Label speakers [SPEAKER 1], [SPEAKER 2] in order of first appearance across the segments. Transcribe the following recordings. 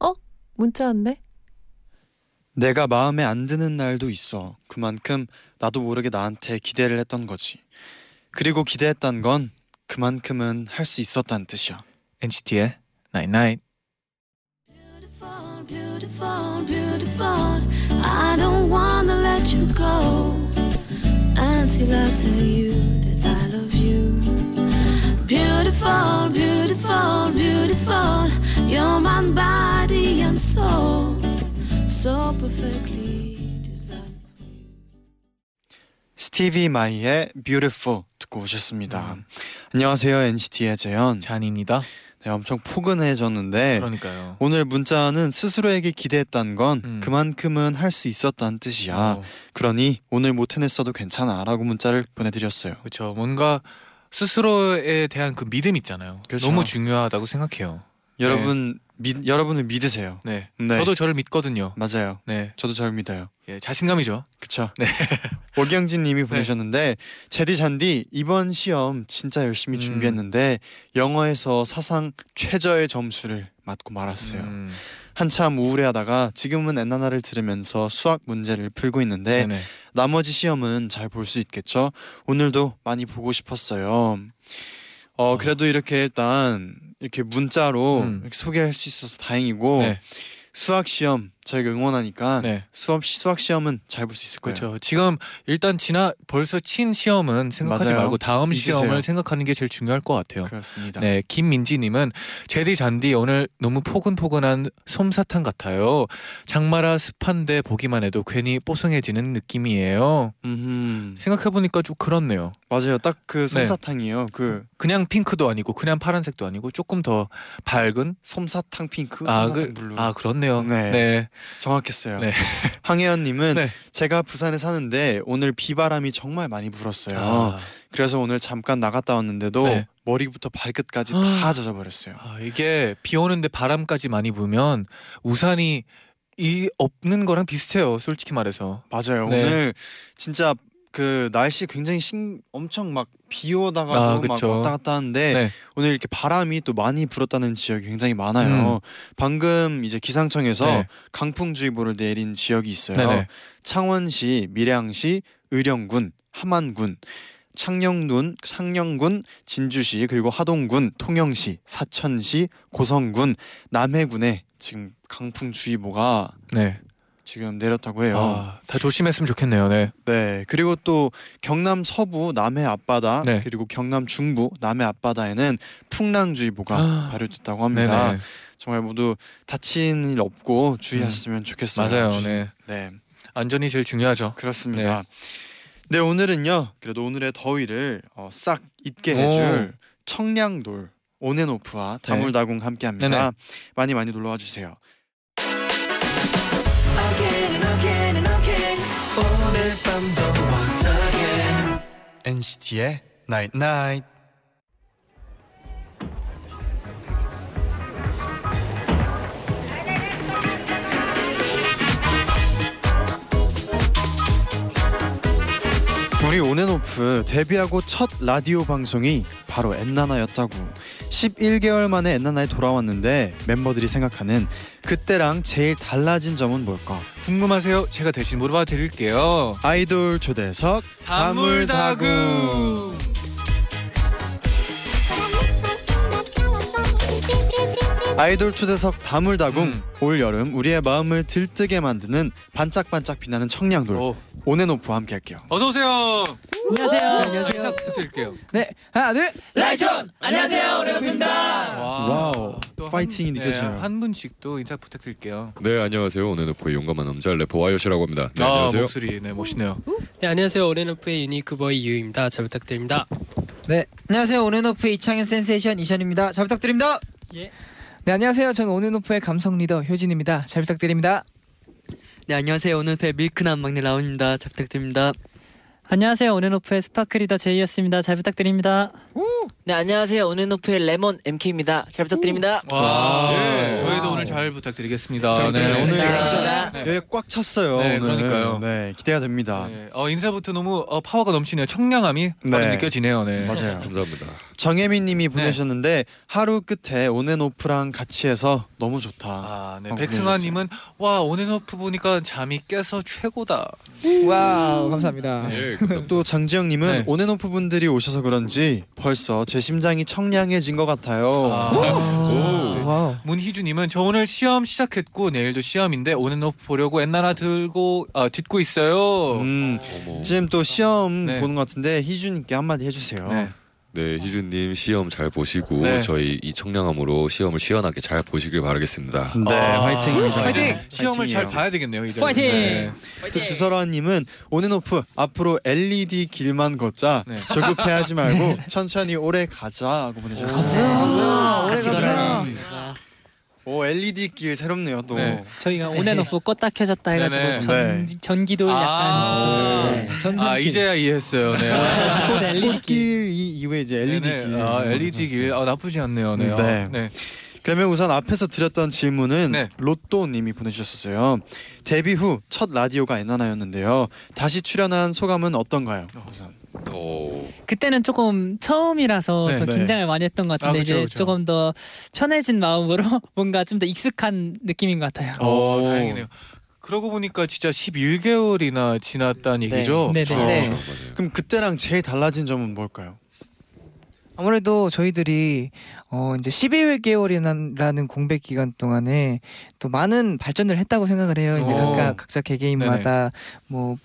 [SPEAKER 1] 어? 문자 왔네?
[SPEAKER 2] 내가 마음에 안 드는 날도 있어. 그만큼 나도 모르게 나한테 기대를 했던 거지. 그리고 기대했던 건 그만큼은 할 수 있었다는 뜻이야.
[SPEAKER 3] NCT의 Night Night.
[SPEAKER 4] Beautiful, beautiful, beautiful. I don't wanna let you go until I tell you that I love you. Beautiful, beautiful, beautiful. You're my body and soul, so perfectly designed.
[SPEAKER 2] 스티비 마이의 Beautiful 듣고 오셨습니다.
[SPEAKER 3] 음.
[SPEAKER 2] 안녕하세요 NCT의 재현.
[SPEAKER 3] 잔입니다.
[SPEAKER 2] 네, 엄청
[SPEAKER 3] 네.
[SPEAKER 2] 포근해졌는데
[SPEAKER 3] 그러니까요.
[SPEAKER 2] 오늘 문자는 스스로에게 기대했던 건
[SPEAKER 3] 음.
[SPEAKER 2] 그만큼은 할 수 있었다는 뜻이야.
[SPEAKER 3] 어,
[SPEAKER 2] 그러니 오늘 못 해냈어도 괜찮아라고 문자를 보내드렸어요.
[SPEAKER 3] 그렇죠. 뭔가 스스로에 대한 그 믿음 있잖아요.
[SPEAKER 2] 그렇죠.
[SPEAKER 3] 너무 중요하다고 생각해요.
[SPEAKER 2] 여러분 믿 여러분을 믿으세요.
[SPEAKER 3] 네.
[SPEAKER 2] 네.
[SPEAKER 3] 저도 저를 믿거든요.
[SPEAKER 2] 맞아요.
[SPEAKER 3] 네.
[SPEAKER 2] 저도 잘 믿어요.
[SPEAKER 3] 예, 자신감이죠.
[SPEAKER 2] 그쵸.
[SPEAKER 3] 네.
[SPEAKER 2] 오경진님이 보내셨는데 제디 잔디 이번 시험 진짜 열심히
[SPEAKER 3] 음.
[SPEAKER 2] 준비했는데 영어에서 사상 최저의 점수를 맞고 말았어요.
[SPEAKER 3] 음,
[SPEAKER 2] 한참 우울해하다가 지금은 엔나나를 들으면서 수학 문제를 풀고 있는데
[SPEAKER 3] 네네.
[SPEAKER 2] 나머지 시험은 잘 볼 수 있겠죠. 오늘도 많이 보고 싶었어요. 어 그래도 이렇게 일단 이렇게 문자로
[SPEAKER 3] 음.
[SPEAKER 2] 이렇게 소개할 수 있어서 다행이고
[SPEAKER 3] 네.
[SPEAKER 2] 수학 시험 저희가 응원하니까
[SPEAKER 3] 네.
[SPEAKER 2] 수업 시- 수학 시험은 잘 볼 수 있을 거예요.
[SPEAKER 3] 그렇죠. 지금 일단 지나 벌써 친 시험은 생각하지
[SPEAKER 2] 맞아요.
[SPEAKER 3] 말고 다음
[SPEAKER 2] 믿으세요.
[SPEAKER 3] 시험을 생각하는 게 제일 중요할 것 같아요.
[SPEAKER 2] 그렇죠. 그렇습니다.
[SPEAKER 3] 네, 김민지님은 제디 잔디 오늘 너무 포근포근한 솜사탕 같아요. 장마라 습한데 보기만 해도 괜히 뽀송해지는 느낌이에요.
[SPEAKER 2] 음흠.
[SPEAKER 3] 생각해보니까 좀 그렇네요.
[SPEAKER 2] 맞아요. 딱 그
[SPEAKER 3] 네.
[SPEAKER 2] 솜사탕이에요. 그
[SPEAKER 3] 그냥 핑크도 아니고 그냥 파란색도 아니고 조금 더 밝은
[SPEAKER 2] 솜사탕 핑크,
[SPEAKER 3] 아,
[SPEAKER 2] 솜사탕
[SPEAKER 3] 그,
[SPEAKER 2] 블루.
[SPEAKER 3] 아 그렇네요.
[SPEAKER 2] 네.
[SPEAKER 3] 네.
[SPEAKER 2] 정확했어요.
[SPEAKER 3] 네.
[SPEAKER 2] 황혜연님은
[SPEAKER 3] 네.
[SPEAKER 2] 제가 부산에 사는데 오늘 비바람이 정말 많이 불었어요.
[SPEAKER 3] 아,
[SPEAKER 2] 그래서 오늘 잠깐 나갔다 왔는데도
[SPEAKER 3] 네.
[SPEAKER 2] 머리부터 발끝까지
[SPEAKER 3] 아.
[SPEAKER 2] 다 젖어버렸어요.
[SPEAKER 3] 아, 이게 비 오는데 바람까지 많이 불면 우산이 이 없는 거랑 비슷해요. 솔직히 말해서.
[SPEAKER 2] 맞아요.
[SPEAKER 3] 네.
[SPEAKER 2] 오늘 진짜 그 날씨 굉장히 신, 엄청 막 비 오다가도
[SPEAKER 3] 아,
[SPEAKER 2] 막
[SPEAKER 3] 그쵸.
[SPEAKER 2] 왔다 갔다 하는데
[SPEAKER 3] 네.
[SPEAKER 2] 오늘 이렇게 바람이 또 많이 불었다는 지역이 굉장히 많아요. 방금 이제 기상청에서
[SPEAKER 3] 음. 네.
[SPEAKER 2] 강풍주의보를 내린 지역이 있어요.
[SPEAKER 3] 네네.
[SPEAKER 2] 창원시, 밀양시, 의령군, 함안군, 창녕군, 창녕군, 진주시, 그리고 하동군, 통영시, 사천시, 고성군, 남해군에 지금 강풍주의보가
[SPEAKER 3] 네.
[SPEAKER 2] 지금 내렸다고 해요.
[SPEAKER 3] 아, 다 조심했으면 좋겠네요. 네.
[SPEAKER 2] 네. 그리고 또 경남 서부, 남해 앞바다,
[SPEAKER 3] 네.
[SPEAKER 2] 그리고 경남 중부, 남해 앞바다에는 풍랑주의보가
[SPEAKER 3] 아.
[SPEAKER 2] 발효됐다고 합니다.
[SPEAKER 3] 네네.
[SPEAKER 2] 정말 모두 다친 일 없고 주의하셨으면 좋겠어요.
[SPEAKER 3] 맞아요.
[SPEAKER 2] 주의-
[SPEAKER 3] 네.
[SPEAKER 2] 네.
[SPEAKER 3] 안전이 제일 중요하죠.
[SPEAKER 2] 그렇습니다. 네. 오늘은요. 그래도 오늘의 더위를 어, 싹 잊게 해줄 청량돌 온앤오프와
[SPEAKER 3] 네.
[SPEAKER 2] 다물다궁 함께합니다.
[SPEAKER 3] 네네.
[SPEAKER 2] 많이 많이 놀러와 주세요.
[SPEAKER 5] Again and again and again 오늘 밤도 once again
[SPEAKER 6] NCT의 Night Night.
[SPEAKER 2] 우리 온앤오프 데뷔하고 첫 라디오 방송이 바로 엔나나였다고 11개월 만에 엔나나에 돌아왔는데 멤버들이 생각하는 그때랑 제일 달라진 점은 뭘까?
[SPEAKER 3] 궁금하세요? 제가 대신 물어봐 드릴게요.
[SPEAKER 2] 아이돌 초대석 다물다구 아이돌 초대석 다물다궁
[SPEAKER 3] 음.
[SPEAKER 2] 올 여름 우리의 마음을 들뜨게 만드는 반짝반짝 빛나는 청량돌
[SPEAKER 3] 오,
[SPEAKER 2] 온앤오프와 함께할게요
[SPEAKER 3] 어서 오세요. 네,
[SPEAKER 7] 안녕하세요.
[SPEAKER 3] 인사 부탁드릴게요.
[SPEAKER 7] 네, 하나 둘. 라이션. 안녕하세요, 레오입니다.
[SPEAKER 2] 와우,
[SPEAKER 3] 또 한-
[SPEAKER 2] 파이팅이
[SPEAKER 3] 네,
[SPEAKER 2] 느껴져요.
[SPEAKER 3] 한 분씩 또 인사 부탁드릴게요.
[SPEAKER 8] 네 안녕하세요 오늘 오프의 용감한 남자 래퍼 와이엇이라고 합니다 네
[SPEAKER 3] 아,
[SPEAKER 8] 안녕하세요
[SPEAKER 3] 목소리 네 멋있네요.
[SPEAKER 9] 네, 안녕하세요. 오렌오프의 유니크보이 유입니다. 잘 부탁드립니다.
[SPEAKER 10] 예.
[SPEAKER 7] 네, 안녕하세요. 온앤오프 이창현 센세이션 이션입니다. 잘 부탁드립니다.
[SPEAKER 11] 네 안녕하세요. 저는 온앤오프의 감성 리더 효진입니다. 잘 부탁드립니다.
[SPEAKER 7] 네 안녕하세요 온앤오프의 밀크남 막내 라온입니다 잘 부탁드립니다
[SPEAKER 10] 안녕하세요 온앤오프의 스파크리더 제이였습니다. 잘 부탁드립니다.
[SPEAKER 12] 네 안녕하세요 온앤오프의 레몬 MK입니다. 잘 부탁드립니다.
[SPEAKER 3] 와, 예. 저희도 오늘 잘 부탁드리겠습니다. 네,
[SPEAKER 2] 잘
[SPEAKER 3] 부탁드리겠습니다.
[SPEAKER 2] 네, 오늘 진짜 여기 꽉 찼어요.
[SPEAKER 3] 네,
[SPEAKER 2] 오늘.
[SPEAKER 3] 그러니까요.
[SPEAKER 2] 네, 기대가 됩니다.
[SPEAKER 3] 네. 어, 인사부터 너무 어, 파워가 넘치네요. 청량함이 바로
[SPEAKER 2] 네.
[SPEAKER 3] 느껴지네요. 네.
[SPEAKER 2] 맞아요.
[SPEAKER 8] 감사합니다.
[SPEAKER 2] 정혜민님이 보내셨는데 하루 끝에 온앤오프랑 같이 해서 너무 좋다.
[SPEAKER 3] 아, 네. 백승아님은 와 온앤오프 보니까 잠이 깨서 최고다.
[SPEAKER 11] 와우
[SPEAKER 3] 아.
[SPEAKER 11] 감사합니다.
[SPEAKER 8] 예,
[SPEAKER 2] 또 장지영님은
[SPEAKER 3] 네.
[SPEAKER 2] 온앤오프 분들이 오셔서 그런지 벌써 제 심장이 청량해진 것 같아요.
[SPEAKER 3] 오.
[SPEAKER 11] 와우.
[SPEAKER 3] 문희주님은 저 오늘 시험 시작했고 내일도 시험인데 온앤오프 보려고 옛날나 들고 아, 듣고 있어요.
[SPEAKER 2] 음,
[SPEAKER 8] 어머.
[SPEAKER 2] 지금 또 시험
[SPEAKER 3] 네.
[SPEAKER 2] 보는 것 같은데 희준님께 한마디 해주세요.
[SPEAKER 3] 네.
[SPEAKER 8] 네, 희준님 시험 잘 보시고
[SPEAKER 3] 네.
[SPEAKER 8] 저희 이 청량함으로 시험을 시원하게 잘 보시길 바라겠습니다.
[SPEAKER 2] 네,
[SPEAKER 3] 아,
[SPEAKER 2] 화이팅입니다.
[SPEAKER 3] 이제 시험을 잘
[SPEAKER 2] 화이팅이에요.
[SPEAKER 3] 봐야 되겠네요. 이제.
[SPEAKER 11] 파이팅!
[SPEAKER 2] 또 주설아님은 온앤오프 앞으로 LED 길만 걷자
[SPEAKER 3] 네.
[SPEAKER 2] 조급해하지 말고 천천히 오래 가자고 보내주셨어요.
[SPEAKER 11] 가자.
[SPEAKER 7] 같이 걸어요
[SPEAKER 2] 오 LED 길 새롭네요 또.
[SPEAKER 3] 네.
[SPEAKER 10] 저희가 온앤오프 껐다 켜졌다 해가지고
[SPEAKER 3] 네네.
[SPEAKER 10] 전,
[SPEAKER 2] 네.
[SPEAKER 10] 전기도
[SPEAKER 3] 아,
[SPEAKER 10] 약간
[SPEAKER 11] 전선
[SPEAKER 3] 아 이제야 이해했어요. 네.
[SPEAKER 2] 꽃길 이 이후에 이제 아, LED
[SPEAKER 3] 네네.
[SPEAKER 2] 길.
[SPEAKER 3] 아, LED 길. 아, 나쁘지 않네요. 네.
[SPEAKER 2] 네.
[SPEAKER 3] 아, 네.
[SPEAKER 2] 그러면 우선 앞에서 드렸던 질문은
[SPEAKER 3] 네.
[SPEAKER 2] 로또님이 보내주셨어요. 데뷔 후 첫 라디오가 엔나나였는데요. 다시 출연한 소감은 어떤가요? 우선.
[SPEAKER 8] 오.
[SPEAKER 10] 그때는 조금 처음이라서
[SPEAKER 3] 네,
[SPEAKER 10] 더
[SPEAKER 2] 네.
[SPEAKER 10] 긴장을 많이 했던 것 같은데
[SPEAKER 3] 아, 그쵸,
[SPEAKER 10] 이제
[SPEAKER 3] 그쵸.
[SPEAKER 10] 조금 더 편해진 마음으로 뭔가 좀 더 익숙한 느낌인 것 같아요.
[SPEAKER 3] 어, 다행이네요. 그러고 보니까 진짜 11개월이나 지났다는 얘기죠.
[SPEAKER 10] 네,
[SPEAKER 8] 아,
[SPEAKER 10] 네.
[SPEAKER 11] 네.
[SPEAKER 8] 맞아요.
[SPEAKER 2] 그럼 그때랑 제일 달라진 점은 뭘까요?
[SPEAKER 11] 아무래도 저희들이 어 이제 12개월이라는 공백 기간 동안에 또 많은 발전을 했다고 생각을 해요. 이제
[SPEAKER 3] 오.
[SPEAKER 11] 각각 각자 개개인마다 뭐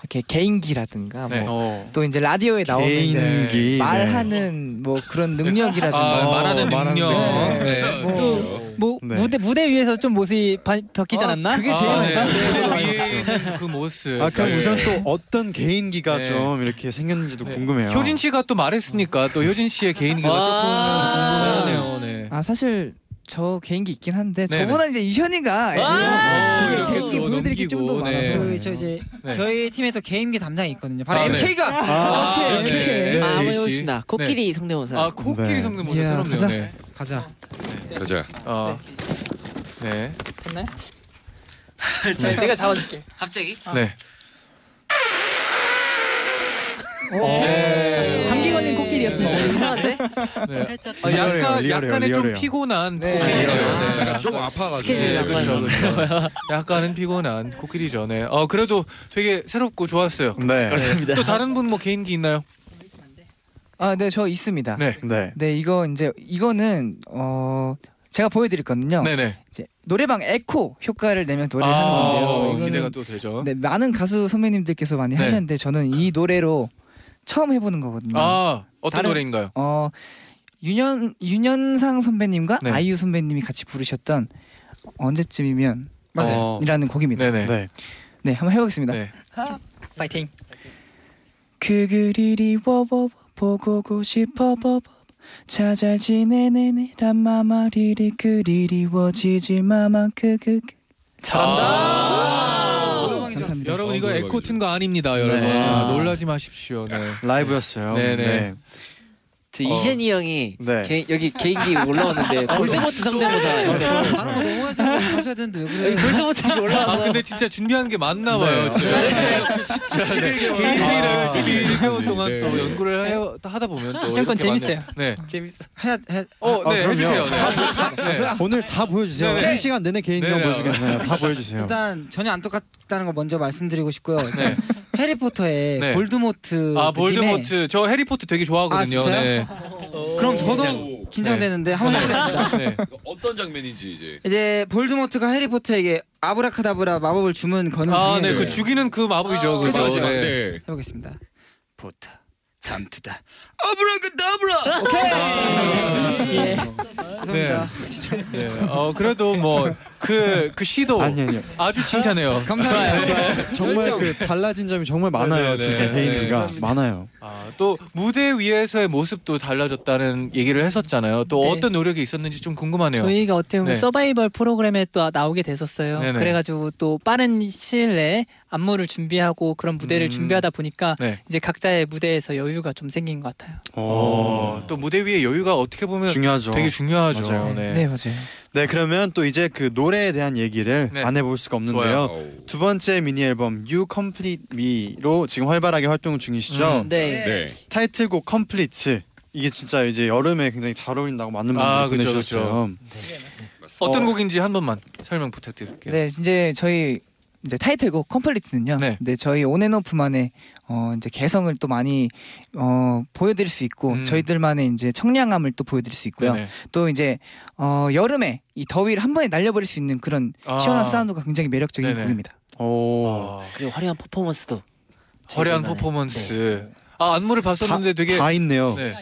[SPEAKER 11] 이렇게 개인기라든가
[SPEAKER 3] 네.
[SPEAKER 11] 뭐
[SPEAKER 2] 어.
[SPEAKER 11] 또 이제 라디오에 나오는 이제
[SPEAKER 2] 개인기 네.
[SPEAKER 11] 말하는 뭐 그런 능력이라든가
[SPEAKER 3] 아,
[SPEAKER 2] 어,
[SPEAKER 3] 말하는
[SPEAKER 2] 말하는
[SPEAKER 3] 능력.
[SPEAKER 11] 능력.
[SPEAKER 3] 네.
[SPEAKER 10] 또 뭐
[SPEAKER 2] 네.
[SPEAKER 10] 무대 무대 위에서 좀 모습이 바, 바뀌지 않았나?
[SPEAKER 11] 그게 제일
[SPEAKER 3] 아,
[SPEAKER 11] 많이
[SPEAKER 3] 네.
[SPEAKER 11] 봤어요.
[SPEAKER 3] 그 위에 있는 그 모습.
[SPEAKER 2] 아 그럼
[SPEAKER 3] 네.
[SPEAKER 2] 우선 또 어떤 개인기가
[SPEAKER 3] 네.
[SPEAKER 2] 좀 이렇게 생겼는지도
[SPEAKER 3] 네.
[SPEAKER 2] 궁금해요. 음.
[SPEAKER 3] 효진 씨가 또 말했으니까 또 효진 씨의 개인기가
[SPEAKER 12] 아. 와.
[SPEAKER 3] 조금 궁금하네요. 네.
[SPEAKER 11] 아 사실 저 개인기 있긴 한데
[SPEAKER 3] 네네.
[SPEAKER 11] 저보다 이제 이현이가
[SPEAKER 3] 아,
[SPEAKER 11] 이렇게
[SPEAKER 3] 이렇게
[SPEAKER 11] 개인기
[SPEAKER 3] 또
[SPEAKER 11] 보여드릴 게 좀 더
[SPEAKER 3] 넘기고,
[SPEAKER 11] 많아서
[SPEAKER 3] 네.
[SPEAKER 11] 네.
[SPEAKER 3] 저
[SPEAKER 11] 이제
[SPEAKER 3] 네.
[SPEAKER 11] 저희 팀에 또 개인기 담당이 있거든요.
[SPEAKER 3] 바로 아, 네.
[SPEAKER 2] 아,
[SPEAKER 3] 아,
[SPEAKER 2] 오케이,
[SPEAKER 3] 네.
[SPEAKER 2] 오케이.
[SPEAKER 3] 네.
[SPEAKER 12] 마음을
[SPEAKER 3] 역시.
[SPEAKER 12] 오신다. 코끼리 성대모사.
[SPEAKER 3] 아 코끼리
[SPEAKER 2] 네.
[SPEAKER 3] 성대모사
[SPEAKER 11] 이야,
[SPEAKER 3] 새롭네요.
[SPEAKER 11] 가자.
[SPEAKER 3] 네.
[SPEAKER 11] 가자.
[SPEAKER 8] 가자.
[SPEAKER 3] 어. 네.
[SPEAKER 11] 됐나요? 내가 잡아줄게.
[SPEAKER 12] 갑자기?
[SPEAKER 3] 네.
[SPEAKER 2] 어.
[SPEAKER 10] 감기 걸린 코끼리였습니다.
[SPEAKER 12] 아, 이상한데?
[SPEAKER 3] 네. 어,
[SPEAKER 2] 리얼해요,
[SPEAKER 3] 약간
[SPEAKER 2] 리얼해요,
[SPEAKER 3] 약간의 좀
[SPEAKER 2] 리얼해요. 아,
[SPEAKER 3] 피곤한
[SPEAKER 11] 네.
[SPEAKER 3] 코끼리예요.
[SPEAKER 2] 리얼해요.
[SPEAKER 3] 네.
[SPEAKER 8] 제가 조금 아파가지고.
[SPEAKER 12] 스케줄이
[SPEAKER 3] 네,
[SPEAKER 12] 약간
[SPEAKER 3] 그렇죠, 그렇죠. 약간은 피곤한 코끼리죠. 네. 어 그래도 되게 새롭고 좋았어요.
[SPEAKER 2] 네.
[SPEAKER 12] 감사합니다.
[SPEAKER 3] 또 다른 분 뭐 개인기 있나요?
[SPEAKER 11] 아, 네, 저 있습니다. 네.
[SPEAKER 3] 네.
[SPEAKER 2] 네.
[SPEAKER 11] 이거 이제 이거는 어 제가 보여드릴 거는요.
[SPEAKER 3] 네네.
[SPEAKER 11] 이제 노래방 에코 효과를 내면 노래를
[SPEAKER 3] 아,
[SPEAKER 11] 하는
[SPEAKER 3] 어,
[SPEAKER 11] 건데요.
[SPEAKER 3] 기대가
[SPEAKER 11] 이거는
[SPEAKER 3] 또 되죠.
[SPEAKER 11] 네, 많은 가수 선배님들께서 많이
[SPEAKER 3] 네.
[SPEAKER 11] 하셨는데 저는 이 노래로 처음 해보는 거거든요.
[SPEAKER 3] 아 어떤
[SPEAKER 11] 음. 다른-
[SPEAKER 3] 노래인가요?
[SPEAKER 11] 어 윤현 윤현상 선배님과
[SPEAKER 3] 네.
[SPEAKER 11] 아이유 선배님이 같이 부르셨던 언제쯤이면
[SPEAKER 2] 맞아요. 어.
[SPEAKER 11] 이라는 곡입니다. 네.
[SPEAKER 3] 네네.
[SPEAKER 2] 네.
[SPEAKER 11] 한번 해보겠습니다.
[SPEAKER 3] 네.
[SPEAKER 10] 파이팅.
[SPEAKER 11] 그 그리리 워워워 보고고 싶어 버버 잘 지내네네 람마마 리리 그리리 워지지 마마 그그 아.
[SPEAKER 3] 잘한다.
[SPEAKER 11] 감사합니다.
[SPEAKER 3] 여러분
[SPEAKER 8] 어,
[SPEAKER 3] 이거
[SPEAKER 8] 놀라겠네.
[SPEAKER 3] 에코 튼 거 아닙니다, 여러분.
[SPEAKER 2] 네.
[SPEAKER 3] 아, 놀라지 마십시오. 네.
[SPEAKER 2] 라이브였어요.
[SPEAKER 3] 네, 네.
[SPEAKER 12] 저 이현이
[SPEAKER 3] 어.
[SPEAKER 12] 형이
[SPEAKER 2] 네.
[SPEAKER 12] 개, 여기 개인기 올라오는데
[SPEAKER 3] 아,
[SPEAKER 12] 볼드모트 성대모사. 이렇게.
[SPEAKER 11] 너무 하셔야 되는데 왜
[SPEAKER 12] 여기 볼드모트 이렇게
[SPEAKER 3] 아
[SPEAKER 12] 올라와서
[SPEAKER 3] 근데 진짜 준비하는 게 맞나
[SPEAKER 11] 네.
[SPEAKER 3] 봐요. 진짜. 네.
[SPEAKER 8] 아,
[SPEAKER 3] 개인기를 12개월
[SPEAKER 8] 네.
[SPEAKER 3] 동안 또
[SPEAKER 8] 네.
[SPEAKER 3] 연구를 해, 하다 보면 또
[SPEAKER 10] 시험
[SPEAKER 3] 이렇게
[SPEAKER 10] 건 재밌어요.
[SPEAKER 3] 맞네요. 네.
[SPEAKER 10] 재밌어.
[SPEAKER 3] 어, 네.
[SPEAKER 2] 아,
[SPEAKER 3] 해주세요.
[SPEAKER 2] 그럼요.
[SPEAKER 3] 네. 네.
[SPEAKER 2] 오늘 다 보여주세요.
[SPEAKER 3] 네, 네.
[SPEAKER 2] 한 시간 내내 개인기만
[SPEAKER 3] 네, 네.
[SPEAKER 2] 보여주겠네요. 다 보여주세요.
[SPEAKER 11] 일단 전혀 안 똑같다는 거 먼저 말씀드리고 싶고요.
[SPEAKER 3] 네.
[SPEAKER 11] 해리포터의
[SPEAKER 3] 네.
[SPEAKER 11] 볼드모트
[SPEAKER 3] 아 볼드모트 저 해리포터 되게 좋아하거든요.
[SPEAKER 11] 그 아, 진짜요?
[SPEAKER 3] 네.
[SPEAKER 11] 그럼
[SPEAKER 8] 저도
[SPEAKER 3] 긴장되는데 한번 해보겠습니다. 네.
[SPEAKER 8] 어떤 장면인지 이제.
[SPEAKER 11] 이제 볼드모트가 해리포터에게 아브라카다브라 마법을 주문 거는
[SPEAKER 3] 아, 네. 그 죽이는 그
[SPEAKER 11] 아,
[SPEAKER 3] 마법이죠. 그래서
[SPEAKER 8] 그죠.
[SPEAKER 3] 네.
[SPEAKER 8] 네.
[SPEAKER 11] 해보겠습니다.
[SPEAKER 6] 보타 담투다 아브라카다브라
[SPEAKER 11] 아,
[SPEAKER 3] 네. 네. 어 그래도 뭐 그, 그 시도
[SPEAKER 2] 아니 아니요.
[SPEAKER 3] 아주 칭찬해요.
[SPEAKER 2] 감사합니다.
[SPEAKER 3] 좋아요.
[SPEAKER 2] 정말 그 달라진 점이 정말 많아요.
[SPEAKER 3] 네, 네,
[SPEAKER 2] 진짜
[SPEAKER 3] 네.
[SPEAKER 2] 데이니가
[SPEAKER 3] 네.
[SPEAKER 2] 많아요.
[SPEAKER 3] 아, 또 무대 위에서의 모습도 달라졌다는 얘기를 했었잖아요. 또
[SPEAKER 10] 네.
[SPEAKER 3] 어떤 노력이 있었는지 좀 궁금하네요.
[SPEAKER 10] 저희가 어떻게 보면
[SPEAKER 3] 네.
[SPEAKER 10] 서바이벌 프로그램에 또 나오게 됐었어요.
[SPEAKER 3] 네네.
[SPEAKER 10] 그래가지고 또 빠른 시일 내에 안무를 준비하고 그런 무대를
[SPEAKER 3] 음.
[SPEAKER 10] 준비하다 보니까
[SPEAKER 3] 네.
[SPEAKER 10] 이제 각자의 무대에서 여유가 좀 생긴 것 같아요.
[SPEAKER 3] 어, 또 무대 위의 여유가 어떻게 보면
[SPEAKER 2] 중요하죠.
[SPEAKER 3] 되게 중요하죠.
[SPEAKER 2] 맞아요.
[SPEAKER 3] 네.
[SPEAKER 10] 맞아요.
[SPEAKER 2] 네 그러면 또 이제 그 노래에 대한 얘기를
[SPEAKER 3] 네.
[SPEAKER 2] 안 해볼 수가 없는데요. 두 번째 미니 앨범 You Complete Me로 지금 활발하게 활동 중이시죠.
[SPEAKER 12] 음, 네.
[SPEAKER 8] 네.
[SPEAKER 2] 타이틀곡 Complete 이게 진짜 이제 여름에 굉장히 잘 어울린다고 많은 분들이
[SPEAKER 3] 아, 그쵸,
[SPEAKER 2] 보내주셨어요.
[SPEAKER 3] 어떤
[SPEAKER 2] 어.
[SPEAKER 3] 곡인지 한 번만 설명 부탁드릴게요.
[SPEAKER 11] 네, 이제 저희 이제 타이틀곡 컴플리트는요. 네. 저희 온앤오프만의 어 이제 개성을 또 많이 어 보여드릴 수 있고 저희들만의 이제 청량함을 또 보여드릴 수 있고요.
[SPEAKER 3] 음. 네네.
[SPEAKER 11] 또 이제 어 여름에 이 더위를 한 번에 날려버릴 수 있는 그런
[SPEAKER 3] 아.
[SPEAKER 11] 시원한 사운드가 굉장히 매력적인
[SPEAKER 3] 네네.
[SPEAKER 11] 곡입니다.
[SPEAKER 3] 아,
[SPEAKER 2] 오.
[SPEAKER 12] 그리고 화려한 퍼포먼스도
[SPEAKER 3] 화려한
[SPEAKER 12] 저희들만의-
[SPEAKER 3] 퍼포먼스. 아 안무를 봤었는데 되게
[SPEAKER 2] 네. 다 있네요.
[SPEAKER 3] 네.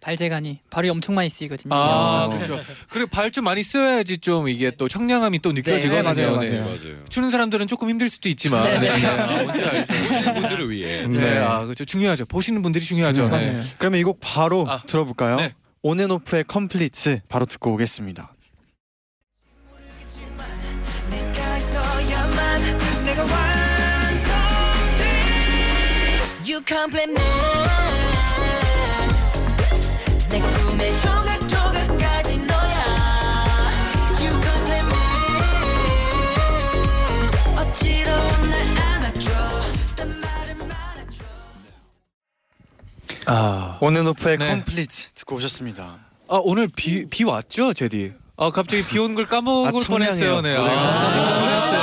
[SPEAKER 10] 발재간이 발이 엄청 많이 쓰이거든요.
[SPEAKER 3] 아 그렇죠. 그리고 발 좀 많이 써야지 좀 이게 또 청량함이 또 느껴지거든요.
[SPEAKER 11] 네, 맞아요,
[SPEAKER 3] 네.
[SPEAKER 11] 맞아요.
[SPEAKER 3] 추는 사람들은 조금 힘들 수도 있지만 네. 네. 아, 뭔지 알죠. 보시는 분들을 위해. 네.
[SPEAKER 2] 네.
[SPEAKER 3] 아 그렇죠. 중요하죠. 보시는 분들이 중요하죠. 네.
[SPEAKER 2] 그러면 이 곡 바로 들어볼까요?
[SPEAKER 3] 네.
[SPEAKER 2] 온앤오프의 Complete 바로 듣고 오겠습니다.
[SPEAKER 5] 내가 있어야만 내가 완성돼 You complete me 내 꿈의 조각조각까지 너야 You complete me 어지러운 날 안아줘 딴 말은 말아줘
[SPEAKER 3] 아.
[SPEAKER 2] 온앤오프의
[SPEAKER 3] 네.
[SPEAKER 2] Complete 듣고 오셨습니다.
[SPEAKER 3] 아 오늘 비 비 왔죠, 제디? 아 갑자기 비 온 걸 까먹을
[SPEAKER 2] 아,
[SPEAKER 3] 뻔했어요. 네.
[SPEAKER 2] 청량해요. 노래가
[SPEAKER 3] 뻔했어요.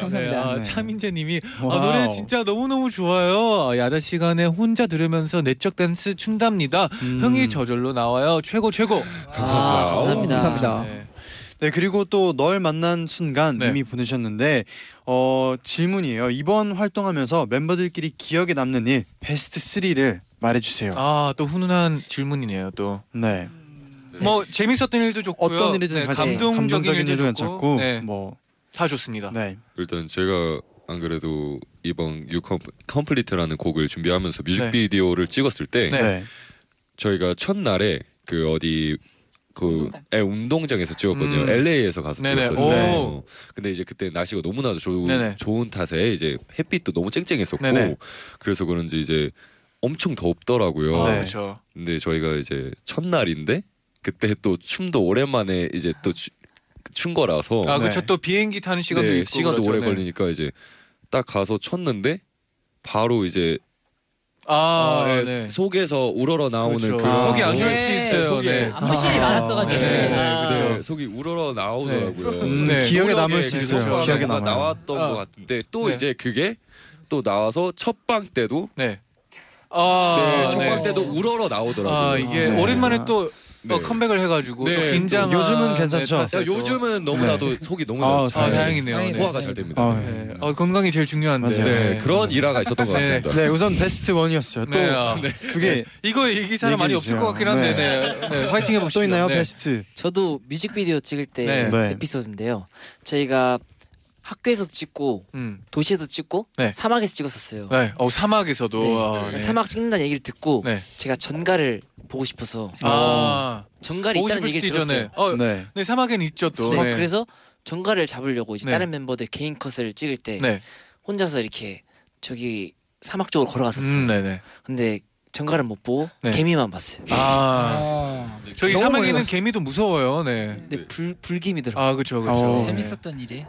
[SPEAKER 2] 감사합니다.
[SPEAKER 3] 아,
[SPEAKER 2] 네.
[SPEAKER 3] 차민재님이 아,
[SPEAKER 2] 와우.
[SPEAKER 3] 노래 진짜 너무 너무 좋아요. 아, 야자 시간에 혼자 들으면서 내적 댄스 춘답니다.
[SPEAKER 2] 음.
[SPEAKER 3] 흥이 저절로 나와요. 최고 최고. 아,
[SPEAKER 2] 감사합니다.
[SPEAKER 12] 아, 감사합니다.
[SPEAKER 2] 감사합니다.
[SPEAKER 3] 네.
[SPEAKER 2] 네 그리고 또 널 만난 순간
[SPEAKER 3] 네.
[SPEAKER 2] 이미 보내셨는데 어, 질문이에요. 이번 활동하면서 멤버들끼리 기억에 남는 일 베스트 3를 말해주세요.
[SPEAKER 3] 아또 훈훈한 질문이네요. 또.
[SPEAKER 2] 네.
[SPEAKER 3] 뭐 재밌었던 일도 좋고요.
[SPEAKER 2] 어떤 일이든 가장 감동적인 일도 괜찮고
[SPEAKER 3] 네.
[SPEAKER 2] 뭐
[SPEAKER 3] 다 좋습니다.
[SPEAKER 2] 네.
[SPEAKER 8] 일단 제가 안 그래도 이번 유 컴플리트라는 곡을 준비하면서 뮤직비디오를 찍었을 때
[SPEAKER 2] 네.
[SPEAKER 8] 저희가 첫날에 그 어디 그 예, 운동장에서 찍었거든요.
[SPEAKER 3] 음.
[SPEAKER 8] LA에서 가서
[SPEAKER 3] 네네.
[SPEAKER 8] 찍었었어요.
[SPEAKER 3] 오.
[SPEAKER 8] 근데 이제 그때 날씨가 너무나도 좋은
[SPEAKER 3] 네네.
[SPEAKER 8] 좋은 탓에 이제 햇빛도 너무 쨍쨍했었고
[SPEAKER 3] 네네.
[SPEAKER 8] 그래서 그런지 이제 엄청 덥더라고요.
[SPEAKER 2] 네.
[SPEAKER 3] 아, 그렇죠.
[SPEAKER 8] 근데 저희가 이제 첫날인데 그때 또 춤도 오랜만에 이제 또 춘 거라서
[SPEAKER 3] 아 그렇죠. 또 비행기 타는 시간도
[SPEAKER 8] 네,
[SPEAKER 3] 있고
[SPEAKER 8] 시간도
[SPEAKER 3] 그렇죠.
[SPEAKER 8] 오래
[SPEAKER 3] 네.
[SPEAKER 8] 걸리니까 이제 딱 가서 쳤는데 바로 이제
[SPEAKER 3] 아,
[SPEAKER 8] 예,
[SPEAKER 3] 네.
[SPEAKER 8] 속에서 우러러 나오는 그
[SPEAKER 3] 그렇죠. 속이 안 좋을 수도 있어요.
[SPEAKER 8] 속이
[SPEAKER 3] 네.
[SPEAKER 8] 안
[SPEAKER 3] 무실이
[SPEAKER 8] 좋아요.
[SPEAKER 3] 많았어가지고.
[SPEAKER 8] 네, 네,
[SPEAKER 3] 아.
[SPEAKER 8] 그렇죠. 속이 우러러 나오더라고요.
[SPEAKER 2] 음, 네. 기억에 남을 수 있어요.
[SPEAKER 8] 그래서
[SPEAKER 2] 기억에
[SPEAKER 8] 뭔가
[SPEAKER 2] 남아요.
[SPEAKER 8] 나왔던
[SPEAKER 3] 아.
[SPEAKER 8] 것 같은데 또
[SPEAKER 3] 네.
[SPEAKER 8] 이제 그게 또 나와서 첫 방 때도
[SPEAKER 3] 네. 아,
[SPEAKER 8] 첫 방 때도 우러러 나오더라고요.
[SPEAKER 3] 아 이게
[SPEAKER 8] 네.
[SPEAKER 3] 오랜만에 또 어,
[SPEAKER 8] 네.
[SPEAKER 3] 컴백을 해가지고 또
[SPEAKER 8] 네,
[SPEAKER 3] 긴장.
[SPEAKER 8] 또 요즘은
[SPEAKER 2] 괜찮죠?
[SPEAKER 8] 야, 요즘은 너무나도 속이 너무
[SPEAKER 2] 아,
[SPEAKER 8] 잘-
[SPEAKER 3] 네. 아, 다행이네요.
[SPEAKER 8] 네.
[SPEAKER 3] 네.
[SPEAKER 8] 소화가 잘 됩니다.
[SPEAKER 2] 아,
[SPEAKER 3] 네. 어, 건강이 제일 중요한데.
[SPEAKER 8] 네,
[SPEAKER 2] 맞아요.
[SPEAKER 8] 그런 일화가 있었던 것
[SPEAKER 3] 네.
[SPEAKER 8] 같습니다.
[SPEAKER 2] 네 우선 베스트 1이었어요.
[SPEAKER 3] 네, 아.
[SPEAKER 2] 또 두개
[SPEAKER 3] 이거 얘기 사람 많이 없을 것 같긴 한데. 네. 네, 화이팅 해봅시다.
[SPEAKER 2] 또 있나요
[SPEAKER 3] 네.
[SPEAKER 2] 베스트?
[SPEAKER 12] 저도 뮤직비디오 찍을 때
[SPEAKER 3] 네.
[SPEAKER 2] 네.
[SPEAKER 12] 에피소드인데요. 저희가 학교에서 찍고
[SPEAKER 3] 음.
[SPEAKER 12] 도시에서 찍고
[SPEAKER 3] 네.
[SPEAKER 12] 사막에서 찍었었어요.
[SPEAKER 3] 네. 어 사막에서도.
[SPEAKER 12] 네.
[SPEAKER 3] 아, 네.
[SPEAKER 12] 사막 찍는다는 얘기를 듣고
[SPEAKER 3] 네.
[SPEAKER 12] 제가 전갈을 보고 싶어서
[SPEAKER 3] 아.
[SPEAKER 12] 전갈이
[SPEAKER 3] 보고
[SPEAKER 12] 있다는
[SPEAKER 3] 싶을
[SPEAKER 12] 얘기를
[SPEAKER 3] 수도 있죠,
[SPEAKER 12] 들었어요.
[SPEAKER 3] 네. 어,
[SPEAKER 2] 네.
[SPEAKER 3] 네 사막엔 있죠 또.
[SPEAKER 12] 네,
[SPEAKER 3] 네.
[SPEAKER 12] 그래서 전갈을 잡으려고 이제
[SPEAKER 3] 네.
[SPEAKER 12] 다른 멤버들 개인 컷을 찍을 때
[SPEAKER 3] 네.
[SPEAKER 12] 혼자서 이렇게 저기 사막 쪽으로 걸어갔었어요.
[SPEAKER 3] 음, 네네.
[SPEAKER 12] 근데 전갈은 못 보고
[SPEAKER 3] 네.
[SPEAKER 12] 개미만 봤어요.
[SPEAKER 3] 아, 저희
[SPEAKER 12] 너무
[SPEAKER 3] 사막에 있는
[SPEAKER 12] 멀리
[SPEAKER 3] 개미도 무서워요. 네.
[SPEAKER 12] 근데 불 불김이더라고.
[SPEAKER 3] 아, 그렇죠,
[SPEAKER 11] 어.
[SPEAKER 3] 그렇죠.
[SPEAKER 10] 재밌었던 일이.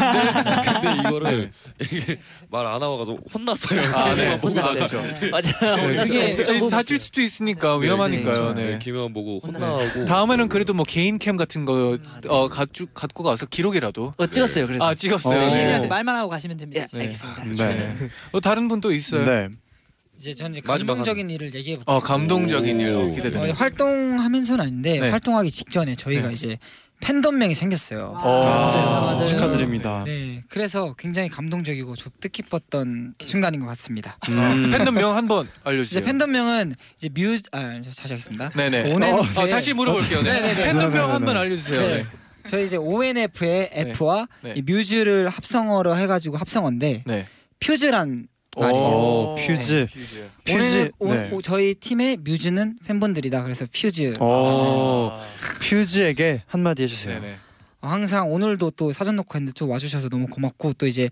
[SPEAKER 8] 근데 이거를
[SPEAKER 3] 네.
[SPEAKER 8] 이게 말안 하고 가서 혼났어요.
[SPEAKER 3] 아, 네.
[SPEAKER 8] 보고
[SPEAKER 3] 혼났어요.
[SPEAKER 8] 나서.
[SPEAKER 3] 그렇죠.
[SPEAKER 12] 맞아요.
[SPEAKER 3] 네,
[SPEAKER 12] 그게
[SPEAKER 3] 그게
[SPEAKER 12] 좀
[SPEAKER 3] 다칠 수도 있으니까 아, 위험하니까요.
[SPEAKER 8] 네,
[SPEAKER 3] 네.
[SPEAKER 8] 김혜원 보고 혼나고
[SPEAKER 3] 다음에는 그래도 뭐 개인 캠 같은 거 어, 갖고 갖고 가서 기록이라도.
[SPEAKER 12] 어, 찍었어요. 그래서
[SPEAKER 3] 아, 네. 찍었어요.
[SPEAKER 12] 네,
[SPEAKER 3] 네.
[SPEAKER 10] 집에서 말만 하고 가시면 됩니다.
[SPEAKER 12] 예, 알겠습니다.
[SPEAKER 3] 네. 어, 다른 분 또 있어요?
[SPEAKER 2] 네.
[SPEAKER 7] 이제 저는 이제
[SPEAKER 3] 마지막
[SPEAKER 7] 감동적인 일을 얘기해 볼게요.
[SPEAKER 3] 어, 감동적인 일 어,
[SPEAKER 7] 저희
[SPEAKER 3] 기대되네요.
[SPEAKER 7] 활동하면서는 아닌데
[SPEAKER 3] 네.
[SPEAKER 7] 활동하기 직전에 저희가
[SPEAKER 3] 네.
[SPEAKER 7] 이제 팬덤명이 생겼어요.
[SPEAKER 2] 맞아요, 맞아요. 축하드립니다.
[SPEAKER 7] 네, 그래서 굉장히 감동적이고 좀
[SPEAKER 10] 음.
[SPEAKER 7] 뜻깊었던 순간인 것 같습니다.
[SPEAKER 3] 음. 팬덤명 한 번
[SPEAKER 7] 이제
[SPEAKER 3] 알려주세요.
[SPEAKER 7] 팬덤명은 이제 뮤, 아 다시 하겠습니다.
[SPEAKER 3] 네네.
[SPEAKER 7] 오늘
[SPEAKER 3] 어, 아, 다시 물어볼게요. 네.
[SPEAKER 7] 네네네.
[SPEAKER 3] 팬덤명 한 번 알려주세요.
[SPEAKER 7] 네.
[SPEAKER 3] 네.
[SPEAKER 7] 저희 이제 ONF의
[SPEAKER 3] 네.
[SPEAKER 7] F와
[SPEAKER 3] 네.
[SPEAKER 7] 이 뮤즈를 합성어로 해가지고 합성어인데 퓨즈란 말이에요.
[SPEAKER 2] 오,
[SPEAKER 3] 네,
[SPEAKER 2] 퓨즈.
[SPEAKER 7] 오늘
[SPEAKER 2] 퓨즈.
[SPEAKER 7] 오,
[SPEAKER 2] 네.
[SPEAKER 7] 오- 저희 팀의 뮤즈는 팬분들이다. 그래서 퓨즈.
[SPEAKER 2] 오, 어,
[SPEAKER 3] 어, 아,
[SPEAKER 2] 퓨즈에게 한마디 해주세요.
[SPEAKER 3] 네,
[SPEAKER 7] 어, 항상 오늘도 또 사전 녹화했는데 또 와주셔서 너무 고맙고 또 이제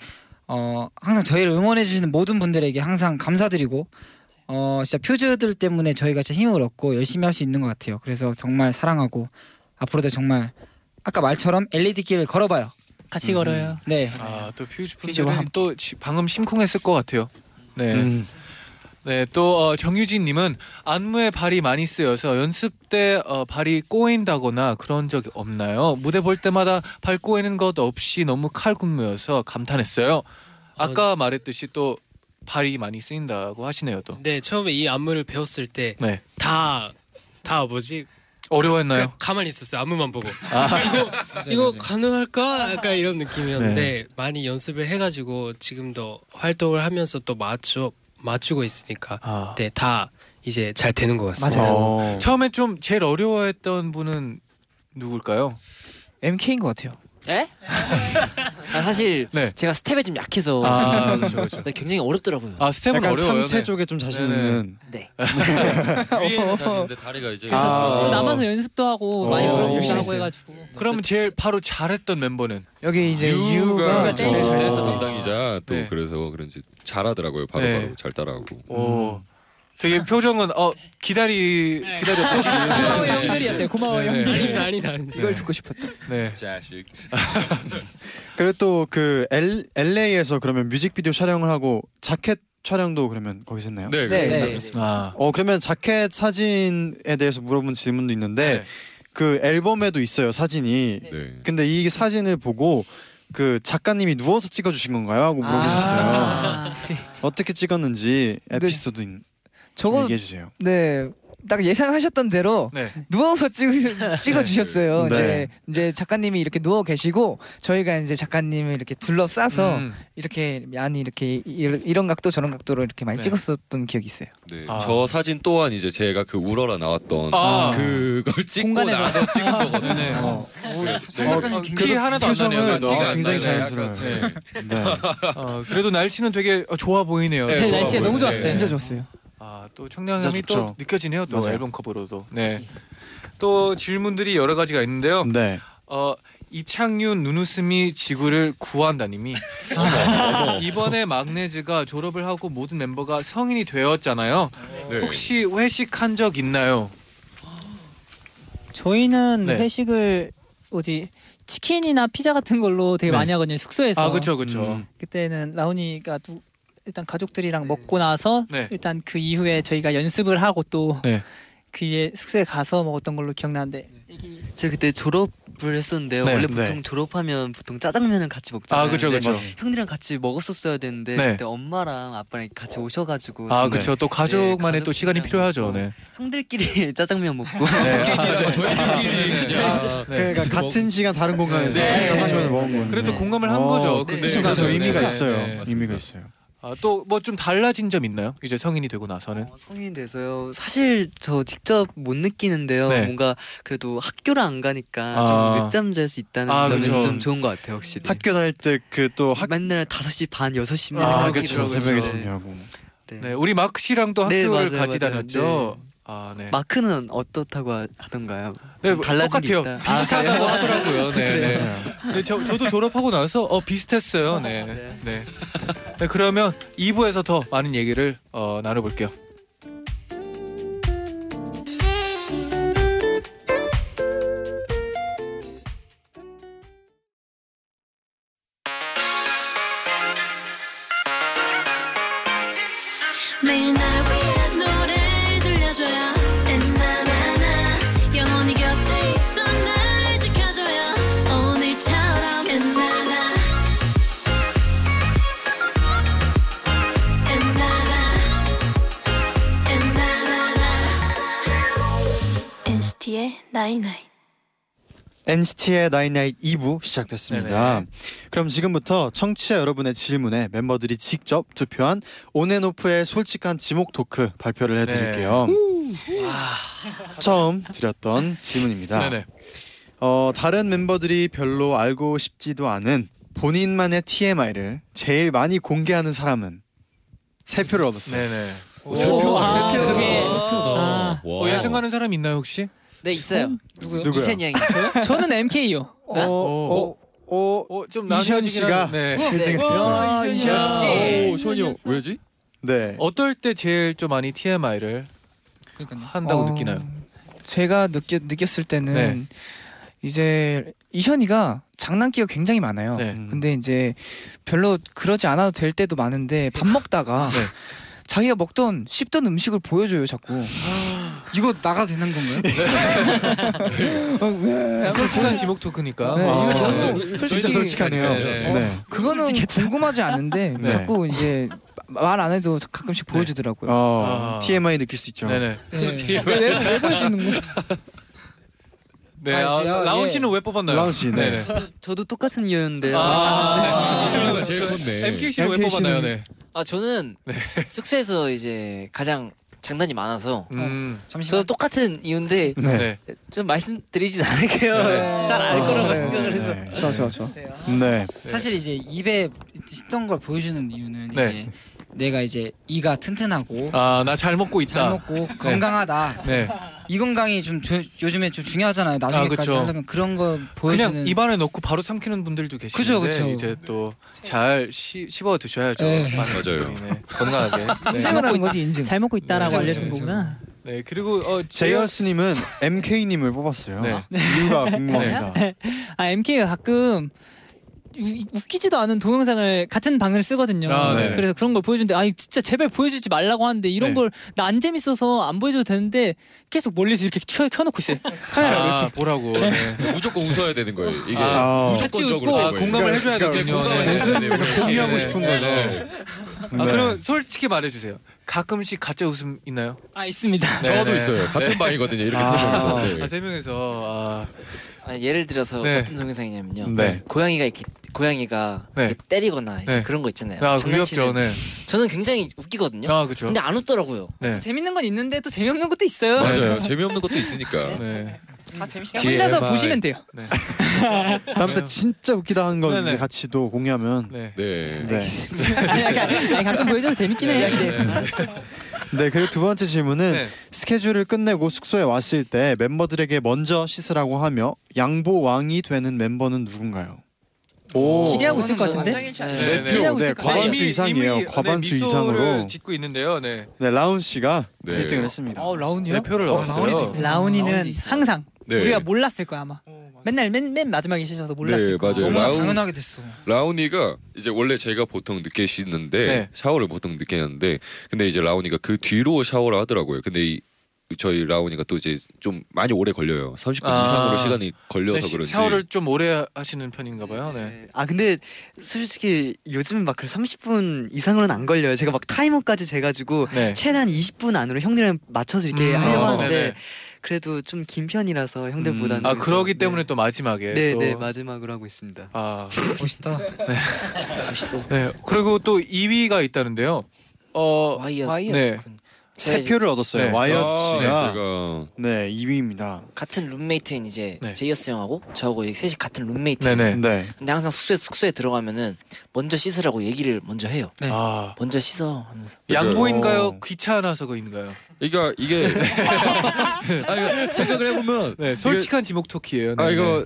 [SPEAKER 7] 어, 항상 저희를 응원해 주시는 모든 분들에게 항상 감사드리고 어, 진짜 퓨즈들 때문에 저희가 진짜 힘을 얻고 열심히 할 수 있는 것 같아요. 그래서 정말 사랑하고 앞으로도 정말 아까 말처럼 LED 길을 걸어봐요.
[SPEAKER 10] 같이
[SPEAKER 11] 음.
[SPEAKER 10] 걸어요.
[SPEAKER 7] 네.
[SPEAKER 3] 아또 퓨즈
[SPEAKER 7] 퓨즈와
[SPEAKER 3] 분들은 또 지- 방금 심쿵했을 것 같아요. 네.
[SPEAKER 2] 음.
[SPEAKER 3] 네, 또 어, 정유진님은 안무에 발이 많이 쓰여서 연습 때 어, 발이 꼬인다거나 그런 적 없나요? 무대 볼 때마다 발 꼬이는 것 없이 너무 칼군무여서 감탄했어요. 아까 말했듯이 또 발이 많이 쓰인다고 하시네요, 또.
[SPEAKER 9] 네, 처음에 이 안무를 배웠을 때 다 다
[SPEAKER 3] 네,
[SPEAKER 9] 뭐지?
[SPEAKER 3] 어려워했나요?
[SPEAKER 9] 그냥 가만히 있었어요. 안무만 보고.
[SPEAKER 3] 아.
[SPEAKER 9] 이거 이거 가능할까? 약간 이런 느낌이었는데 많이 연습을 해가지고 지금도 활동을 하면서 또 맞춰 맞추고 있으니까
[SPEAKER 3] 아.
[SPEAKER 9] 네, 다 이제 잘 되는 것 같습니다.
[SPEAKER 3] 어. 처음에 좀 제일 어려워했던 분은 누굴까요?
[SPEAKER 11] MK인 것 같아요.
[SPEAKER 13] 에? 예? 아, 사실
[SPEAKER 3] 네.
[SPEAKER 13] 제가 스텝에 좀 약해서
[SPEAKER 3] 아, 그쵸, 그쵸.
[SPEAKER 13] 네, 굉장히 어렵더라고요.
[SPEAKER 3] 아 스텝은
[SPEAKER 2] 약간
[SPEAKER 3] 어려워요.
[SPEAKER 2] 상체 쪽에 좀 자신 있는.
[SPEAKER 13] 네.
[SPEAKER 14] 아,
[SPEAKER 8] 아, 위에는 자신인데 다리가 이제
[SPEAKER 2] 아.
[SPEAKER 10] 또 남아서 연습도 하고 많이
[SPEAKER 3] 어,
[SPEAKER 10] 배우고
[SPEAKER 3] 열심히
[SPEAKER 10] 하고
[SPEAKER 3] 했어요.
[SPEAKER 10] 해가지고
[SPEAKER 3] 그러면 제일 바로 잘했던 멤버는
[SPEAKER 11] 여기 이제 유가
[SPEAKER 8] 댄스, 댄스 담당이자 또
[SPEAKER 3] 어. 네.
[SPEAKER 8] 그래서 그런지 잘하더라고요. 바로바로
[SPEAKER 3] 네.
[SPEAKER 8] 잘 따라하고.
[SPEAKER 3] 오. 되게 표정은 어 기다리 기다렸다.
[SPEAKER 10] 네. 고마워 형들이었어요. 고마워
[SPEAKER 3] 네.
[SPEAKER 10] 형들.
[SPEAKER 9] 아니다 아니다.
[SPEAKER 11] 이걸 듣고 싶었다.
[SPEAKER 3] 네.
[SPEAKER 8] 자식.
[SPEAKER 2] 그리고 또그 LA에서 그러면 뮤직비디오 촬영을 하고 자켓 촬영도 그러면 거기서 했나요?
[SPEAKER 8] 네,
[SPEAKER 7] 네,
[SPEAKER 8] 그렇습니다.
[SPEAKER 7] 네.
[SPEAKER 3] 아.
[SPEAKER 2] 어 그러면 자켓 사진에 대해서 물어본 질문도 있는데
[SPEAKER 3] 네.
[SPEAKER 2] 그 앨범에도 있어요 사진이.
[SPEAKER 8] 네.
[SPEAKER 2] 근데 이 사진을 보고 그 작가님이 누워서 찍어주신 건가요? 하고 물어보셨어요.
[SPEAKER 11] 아.
[SPEAKER 10] 아.
[SPEAKER 2] 어떻게 찍었는지 에피소드 있-
[SPEAKER 11] 저거
[SPEAKER 2] 얘기해 주세요.
[SPEAKER 11] 네. 딱 예상하셨던 대로
[SPEAKER 3] 네.
[SPEAKER 11] 누워서 찍으, 찍어주셨어요.
[SPEAKER 2] 네.
[SPEAKER 11] 이제 이제 작가님이 이렇게 누워 계시고 저희가 이제 작가님을 이렇게 둘러싸서
[SPEAKER 3] 음.
[SPEAKER 11] 이렇게 많이 이렇게 이런, 이런 각도 저런 각도로 이렇게 많이
[SPEAKER 3] 네.
[SPEAKER 11] 찍었었던 기억이 있어요.
[SPEAKER 8] 네.
[SPEAKER 3] 아.
[SPEAKER 8] 저 사진 또한 이제 제가 그 우러라 나왔던
[SPEAKER 3] 아.
[SPEAKER 8] 그걸 찍고
[SPEAKER 11] 공간에서.
[SPEAKER 8] 나서 찍은 거거든요.
[SPEAKER 3] 네.
[SPEAKER 2] 어,
[SPEAKER 3] 어, 티 하나도
[SPEAKER 8] 그
[SPEAKER 3] 안
[SPEAKER 2] 표정은
[SPEAKER 3] 나네요.
[SPEAKER 8] 티가 안 나요.
[SPEAKER 2] 굉장히 자연스러워요.
[SPEAKER 3] 네.
[SPEAKER 2] 네.
[SPEAKER 3] 어, 그래도 날씨는 되게 어, 좋아 보이네요.
[SPEAKER 8] 네,
[SPEAKER 3] 좋아
[SPEAKER 10] 날씨가
[SPEAKER 3] 보이네요.
[SPEAKER 10] 너무 좋았어요.
[SPEAKER 3] 네.
[SPEAKER 11] 진짜 좋았어요.
[SPEAKER 3] 아, 또 청량함이
[SPEAKER 2] 진짜
[SPEAKER 3] 또
[SPEAKER 2] 좋죠.
[SPEAKER 3] 느껴지네요. 또
[SPEAKER 2] 맞아요.
[SPEAKER 3] 앨범 커버로도. 네. 또 질문들이 여러 가지가 있는데요.
[SPEAKER 2] 네.
[SPEAKER 3] 어 이창윤 눈웃음이 지구를 구한다님이 이번에 막내즈가 졸업을 하고 모든 멤버가 성인이 되었잖아요.
[SPEAKER 8] 네.
[SPEAKER 3] 혹시 회식한 적 있나요?
[SPEAKER 10] 저희는
[SPEAKER 3] 네.
[SPEAKER 10] 회식을 어디 치킨이나 피자 같은 걸로 되게
[SPEAKER 3] 네.
[SPEAKER 10] 많이 하거든요. 숙소에서.
[SPEAKER 3] 아 그렇죠 그렇죠.
[SPEAKER 14] 음.
[SPEAKER 10] 그때는 라온이가 두- 일단 가족들이랑 먹고 나서
[SPEAKER 3] 네.
[SPEAKER 10] 일단 그 이후에 저희가 연습을 하고 또
[SPEAKER 3] 네.
[SPEAKER 10] 그에 숙소에 가서 먹었던 걸로 기억나는데
[SPEAKER 14] 제가 그때 졸업을 했었는데요.
[SPEAKER 3] 네,
[SPEAKER 14] 원래
[SPEAKER 3] 네.
[SPEAKER 14] 보통 졸업하면 보통 짜장면을 같이 먹잖아요.
[SPEAKER 3] 아, 그쵸,
[SPEAKER 14] 근데
[SPEAKER 3] 그쵸.
[SPEAKER 14] 형들이랑 같이 먹었었어야 되는데
[SPEAKER 3] 네.
[SPEAKER 14] 그때 엄마랑 아빠랑 같이 오셔가지고
[SPEAKER 3] 아
[SPEAKER 14] 정말
[SPEAKER 3] 그렇죠. 또 가족만의 또 시간이
[SPEAKER 14] 가족들이랑
[SPEAKER 3] 필요하죠. 네.
[SPEAKER 14] 형들끼리 짜장면 먹고
[SPEAKER 8] 저희끼리 그냥
[SPEAKER 3] 네.
[SPEAKER 2] 그러니까 같은 시간 다른 공간에서
[SPEAKER 3] 네.
[SPEAKER 2] 짜장면을 먹은 거예요.
[SPEAKER 3] 그래도 공감을 한 거죠. 그
[SPEAKER 2] 그
[SPEAKER 3] 순간에.
[SPEAKER 2] 순간에서 의미가
[SPEAKER 3] 네.
[SPEAKER 2] 있어요.
[SPEAKER 3] 네.
[SPEAKER 2] 의미가 있어요.
[SPEAKER 3] 아, 또 뭐 좀 달라진 점 있나요? 이제 성인이 되고 나서는.
[SPEAKER 14] 어, 성인 돼서요. 사실 저 직접 못 느끼는데요.
[SPEAKER 3] 네.
[SPEAKER 14] 뭔가 그래도 학교를 안 가니까
[SPEAKER 3] 아.
[SPEAKER 14] 좀 늦잠 잘 수 있다는
[SPEAKER 3] 아,
[SPEAKER 14] 점에서
[SPEAKER 3] 그쵸.
[SPEAKER 14] 좀 좋은 것 같아요, 확실히.
[SPEAKER 2] 네. 학교 다닐 때그 또뭐 학...
[SPEAKER 14] 맨날 5시 반, 6시면
[SPEAKER 3] 아,
[SPEAKER 2] 그쵸,
[SPEAKER 3] 그쵸,
[SPEAKER 2] 새벽에
[SPEAKER 3] 그쵸.
[SPEAKER 2] 준비하고.
[SPEAKER 14] 네.
[SPEAKER 3] 네. 우리 막 씨랑 또
[SPEAKER 14] 네,
[SPEAKER 3] 학교를
[SPEAKER 14] 맞아요,
[SPEAKER 3] 같이
[SPEAKER 14] 맞아요.
[SPEAKER 3] 다녔죠. 아 네.
[SPEAKER 14] 마크는 어떻다고 하- 하던가요?
[SPEAKER 3] 네,
[SPEAKER 14] 좀 달라진 게
[SPEAKER 3] 똑같아요.
[SPEAKER 14] 있다. 아, 그래요?
[SPEAKER 3] 비슷하다고 하더라고요. 네,
[SPEAKER 14] 그래요?
[SPEAKER 3] 네. 네, 저, 저도 졸업하고 나서 어 비슷했어요. 네, 네.
[SPEAKER 14] 맞아요.
[SPEAKER 3] 네. 네, 그러면 2부에서 더 많은 얘기를 어, 나눠볼게요.
[SPEAKER 15] 매일 날 위한 노래를 들려줘요 엔나나나 영원히 곁에 있어 날 지켜줘요 오늘처럼 엔나나 엔나나 엔나나나 NCT의 나이나이
[SPEAKER 2] NCT의 나인나잇 2부
[SPEAKER 3] 네,
[SPEAKER 2] 시작됐습니다. 그럼 지금부터 청취자 여러분의 질문에 멤버들이 직접 투표한 온앤오프의 솔직한 지목 토크 발표를
[SPEAKER 3] 네. 아.
[SPEAKER 2] 해드릴게요. 처음 드렸던 질문입니다.
[SPEAKER 3] 네네.
[SPEAKER 2] 어, 다른 멤버들이 별로 알고 싶지도 않은 본인만의 TMI를 제일 많이 공개하는 사람은 세 표를 얻었어요.
[SPEAKER 3] 네네.
[SPEAKER 2] 오, 세 표.
[SPEAKER 3] 아,
[SPEAKER 2] 세 표.
[SPEAKER 3] 저기.
[SPEAKER 2] 아.
[SPEAKER 3] 어, 야생하는 사람 있나요 혹시?
[SPEAKER 13] 네 있어요.
[SPEAKER 3] 누구요?
[SPEAKER 2] 누구요?
[SPEAKER 13] 이첸 양이.
[SPEAKER 10] 저는 MK요.
[SPEAKER 3] 어, 어, 좀
[SPEAKER 2] 이현
[SPEAKER 3] 나눠지긴
[SPEAKER 2] 씨가
[SPEAKER 3] 하는데.
[SPEAKER 13] 네.
[SPEAKER 2] 1등을
[SPEAKER 3] 와,
[SPEAKER 2] 했어요.
[SPEAKER 3] 이현 씨.
[SPEAKER 2] 역시.
[SPEAKER 8] 오, 션이 형 왜지?
[SPEAKER 2] 네.
[SPEAKER 3] 어떨 때 제일 좀 많이 TMI를 한다고
[SPEAKER 11] 어,
[SPEAKER 3] 느끼나요?
[SPEAKER 11] 제가 느꼈 느꼈을 때는
[SPEAKER 3] 네.
[SPEAKER 11] 이제 이현이가 장난기가 굉장히 많아요.
[SPEAKER 3] 네.
[SPEAKER 11] 근데 이제 별로 그러지 않아도 될 때도 많은데 밥
[SPEAKER 3] 네.
[SPEAKER 11] 먹다가 자기가 먹던 씹던 음식을 보여줘요 자꾸.
[SPEAKER 3] 아.
[SPEAKER 7] 이거 나가 되는 건가요?
[SPEAKER 3] 네. 솔직한 지목 토크니까.
[SPEAKER 11] 네, 이거
[SPEAKER 3] 아,
[SPEAKER 11] 너무
[SPEAKER 3] 네.
[SPEAKER 11] 솔직히-
[SPEAKER 2] 진짜 솔직하네요.
[SPEAKER 3] 네.
[SPEAKER 2] 네.
[SPEAKER 3] 네.
[SPEAKER 11] 그거는 궁금하지 않은데
[SPEAKER 2] 네.
[SPEAKER 11] 자꾸 이제 말 안 해도 가끔씩 보여주더라고요.
[SPEAKER 2] 어,
[SPEAKER 3] 네. 아.
[SPEAKER 2] TMI 느낄 수 있죠.
[SPEAKER 3] 네네.
[SPEAKER 11] 네. 왜, 왜, 왜 보여주는 거야?
[SPEAKER 3] 네,
[SPEAKER 13] 아,
[SPEAKER 3] 아,
[SPEAKER 13] 진짜,
[SPEAKER 3] 라온
[SPEAKER 13] 예.
[SPEAKER 3] 씨는 왜 뽑았나요?
[SPEAKER 2] 라온 씨, 네.
[SPEAKER 13] 저도 똑같은 이유인데요.
[SPEAKER 3] 아, 네. 이유가 제일 컸네. MK 씨는 왜 MK 씨는- 뽑았나요? 네.
[SPEAKER 13] 아 저는 숙소에서 이제 가장 장난이 많아서
[SPEAKER 3] 음.
[SPEAKER 13] 저도 똑같은 이유인데
[SPEAKER 2] 네.
[SPEAKER 13] 좀 말씀드리진 않을게요.
[SPEAKER 7] 네.
[SPEAKER 13] 잘 알 거라고
[SPEAKER 11] 아.
[SPEAKER 2] 어,
[SPEAKER 7] 네.
[SPEAKER 13] 생각을 해서.
[SPEAKER 11] 좋아 좋아 좋아.
[SPEAKER 2] 네.
[SPEAKER 7] 사실 이제 입에 씻던 걸 보여주는 이유는
[SPEAKER 3] 네.
[SPEAKER 7] 이제 내가 이제 이가 튼튼하고
[SPEAKER 3] 아, 나 잘 먹고 있다.
[SPEAKER 7] 잘 먹고 건강하다.
[SPEAKER 3] 네.
[SPEAKER 7] 이 건강이 좀 조- 요즘에 좀 중요하잖아요. 나중에까지
[SPEAKER 3] 그쵸.
[SPEAKER 7] 하려면 그런 거 보여주는
[SPEAKER 3] 그냥 입안에 넣고 바로 삼키는 분들도 계시는데
[SPEAKER 7] 그죠, 그죠.
[SPEAKER 3] 이제 또 잘 씹어 드셔야죠.
[SPEAKER 7] 네.
[SPEAKER 8] 맞아요.
[SPEAKER 3] 건강하게. 네.
[SPEAKER 10] 인증을 하는
[SPEAKER 3] 먹고
[SPEAKER 10] 거지 인증. 잘 먹고 있다라고
[SPEAKER 3] 네.
[SPEAKER 10] 알려준
[SPEAKER 3] 그렇죠,
[SPEAKER 10] 거구나.
[SPEAKER 3] 네 그리고 어
[SPEAKER 2] 제이어스님은 MK님을 뽑았어요.
[SPEAKER 3] 네.
[SPEAKER 2] 이유가 궁금합니다.
[SPEAKER 13] 네.
[SPEAKER 7] 그렇죠.
[SPEAKER 10] 아 MK가 가끔 우- 웃기지도 않은 동영상을 같은 방을 쓰거든요.
[SPEAKER 3] 아, 네.
[SPEAKER 10] 그래서 그런 걸 보여주는데 아 진짜 제발 보여주지 말라고 하는데 이런
[SPEAKER 3] 네.
[SPEAKER 10] 걸 나 안 재밌어서 안 보여줘도 되는데 계속 멀리서 이렇게 켜, 켜놓고 있어요. 카메라 를
[SPEAKER 3] 아,
[SPEAKER 10] 이렇게.
[SPEAKER 3] 보라고.
[SPEAKER 10] 네.
[SPEAKER 3] 네.
[SPEAKER 8] 무조건 웃어야 되는 거예요. 이게
[SPEAKER 2] 어,
[SPEAKER 3] 아.
[SPEAKER 8] 무조건적으로
[SPEAKER 3] 같이 웃고
[SPEAKER 8] 되는 거예요.
[SPEAKER 3] 공감을 해줘야
[SPEAKER 8] 그러니까
[SPEAKER 3] 되군요.
[SPEAKER 8] 공감을
[SPEAKER 3] 네.
[SPEAKER 8] 해줘야
[SPEAKER 3] 무슨
[SPEAKER 8] 되고.
[SPEAKER 3] 약간 공유하고
[SPEAKER 8] 네.
[SPEAKER 3] 싶은
[SPEAKER 8] 네.
[SPEAKER 3] 거죠.
[SPEAKER 8] 네.
[SPEAKER 3] 아 그럼 솔직히 말해주세요. 가끔씩 가짜 웃음 있나요? 네,
[SPEAKER 10] 아 있습니다.
[SPEAKER 8] 저도 있어요. 같은 방이거든요. 이렇게 세 명이서. 네.
[SPEAKER 3] 아세 명에서.
[SPEAKER 13] 아, 예를 들어서
[SPEAKER 3] 네.
[SPEAKER 13] 어떤 동영상이냐면요.
[SPEAKER 3] 네.
[SPEAKER 13] 고양이가 이렇게 고양이가
[SPEAKER 3] 네.
[SPEAKER 13] 이렇게 때리거나 이제
[SPEAKER 3] 네.
[SPEAKER 13] 그런 거 있잖아요.
[SPEAKER 3] 아,
[SPEAKER 13] 장난치는.
[SPEAKER 3] 귀엽죠, 네.
[SPEAKER 13] 저는 굉장히 웃기거든요.
[SPEAKER 3] 아, 그쵸.
[SPEAKER 13] 근데 안 웃더라고요.
[SPEAKER 3] 네.
[SPEAKER 10] 재밌는 건 있는데 또 재미없는 것도 있어요.
[SPEAKER 8] 맞아요. 재미없는 것도 있으니까.
[SPEAKER 3] 네.
[SPEAKER 10] 다 재밌어요. 혼자서
[SPEAKER 8] TMI.
[SPEAKER 10] 보시면 돼요.
[SPEAKER 2] 다음부터 진짜 웃기다 하는 거
[SPEAKER 3] 네. 네네.
[SPEAKER 2] 이제 같이 또 공유하면
[SPEAKER 3] 네.
[SPEAKER 8] 네.
[SPEAKER 2] 네.
[SPEAKER 10] 아니, 아니, 아니, 가끔 보여줘도 재밌긴 해.
[SPEAKER 2] 네 그리고 두 번째 질문은
[SPEAKER 3] 네.
[SPEAKER 2] 스케줄을 끝내고 숙소에 왔을 때 멤버들에게 먼저 씻으라고 하며 양보 왕이 되는 멤버는 누군가요? 오.
[SPEAKER 10] 기대하고 있을 것 같은데.
[SPEAKER 2] 네, 표.
[SPEAKER 10] 기대하고
[SPEAKER 2] 네,
[SPEAKER 10] 있을 것 같아요.
[SPEAKER 2] 과반수 이상이에요. 과반수
[SPEAKER 3] 미소를
[SPEAKER 2] 이상으로.
[SPEAKER 3] 짓고 있는데요. 네.
[SPEAKER 2] 네 라운 씨가
[SPEAKER 8] 네.
[SPEAKER 2] 1등을 했습니다.
[SPEAKER 10] 어 라운이요?
[SPEAKER 3] 네, 표를
[SPEAKER 2] 어,
[SPEAKER 3] 얻었어요.
[SPEAKER 2] 라운이도
[SPEAKER 13] 네.
[SPEAKER 2] 있어요.
[SPEAKER 10] 라운이는 항상
[SPEAKER 8] 네.
[SPEAKER 10] 우리가 몰랐을 거야 아마. 맨날 맨, 맨 마지막에 씻어서 몰랐을
[SPEAKER 8] 네,
[SPEAKER 10] 거야.
[SPEAKER 8] 맞아요. 라운-
[SPEAKER 7] 됐어.
[SPEAKER 8] 라온이가 이제 원래 제가 보통 늦게 씻는데
[SPEAKER 3] 네.
[SPEAKER 8] 샤워를 보통 늦게 하는데 근데 이제 라온이가 그 뒤로 샤워를 하더라고요. 근데 이 저희 라온이가 또 이제 좀 많이 오래 걸려요. 30분
[SPEAKER 3] 아.
[SPEAKER 8] 이상으로 시간이 걸려서
[SPEAKER 3] 네, 시-
[SPEAKER 8] 그런지
[SPEAKER 3] 샤워를 좀 오래 하시는 편인가 봐요. 네.
[SPEAKER 13] 아 근데
[SPEAKER 3] 솔직히
[SPEAKER 13] 요즘 막 그 30분 이상으로는 안 걸려요. 제가 막 타이머까지 재가지고
[SPEAKER 3] 네.
[SPEAKER 13] 최대한 20분 안으로 형들이랑 맞춰서 이렇게
[SPEAKER 3] 음.
[SPEAKER 13] 하려고
[SPEAKER 3] 어,
[SPEAKER 13] 하는데
[SPEAKER 3] 네네.
[SPEAKER 13] 그래도 좀 긴 편이라서 형들보다는
[SPEAKER 3] 아 그러기
[SPEAKER 11] 네.
[SPEAKER 3] 때문에 또 마지막에
[SPEAKER 13] 네,
[SPEAKER 3] 또
[SPEAKER 13] 네, 마지막으로 하고 있습니다.
[SPEAKER 3] 아
[SPEAKER 7] 멋있다.
[SPEAKER 3] 네. 네. 그리고 또 2위가 있다는데요. 어
[SPEAKER 13] 와이어.
[SPEAKER 3] 네.
[SPEAKER 2] 세 표를 얻었어요.
[SPEAKER 3] 네.
[SPEAKER 2] 와이엇
[SPEAKER 8] 아,
[SPEAKER 2] 씨가
[SPEAKER 8] 제가
[SPEAKER 2] 네 2위입니다.
[SPEAKER 13] 같은 룸메이트인 이제 제이어스 형하고 저하고 이제 셋이 같은 룸메이트.
[SPEAKER 3] 네네.
[SPEAKER 2] 네.
[SPEAKER 13] 근데 항상 숙소에 숙소에 들어가면은 먼저 씻으라고 얘기를 먼저 해요.
[SPEAKER 3] 아
[SPEAKER 13] 먼저 씻어 하면서.
[SPEAKER 3] 양보인가요?
[SPEAKER 13] 어.
[SPEAKER 3] 귀찮아서인가요?
[SPEAKER 8] 이거 이게 아, 이거 생각을 해보면
[SPEAKER 3] 네, 솔직한 지목 토키예요. 네,
[SPEAKER 8] 아 이거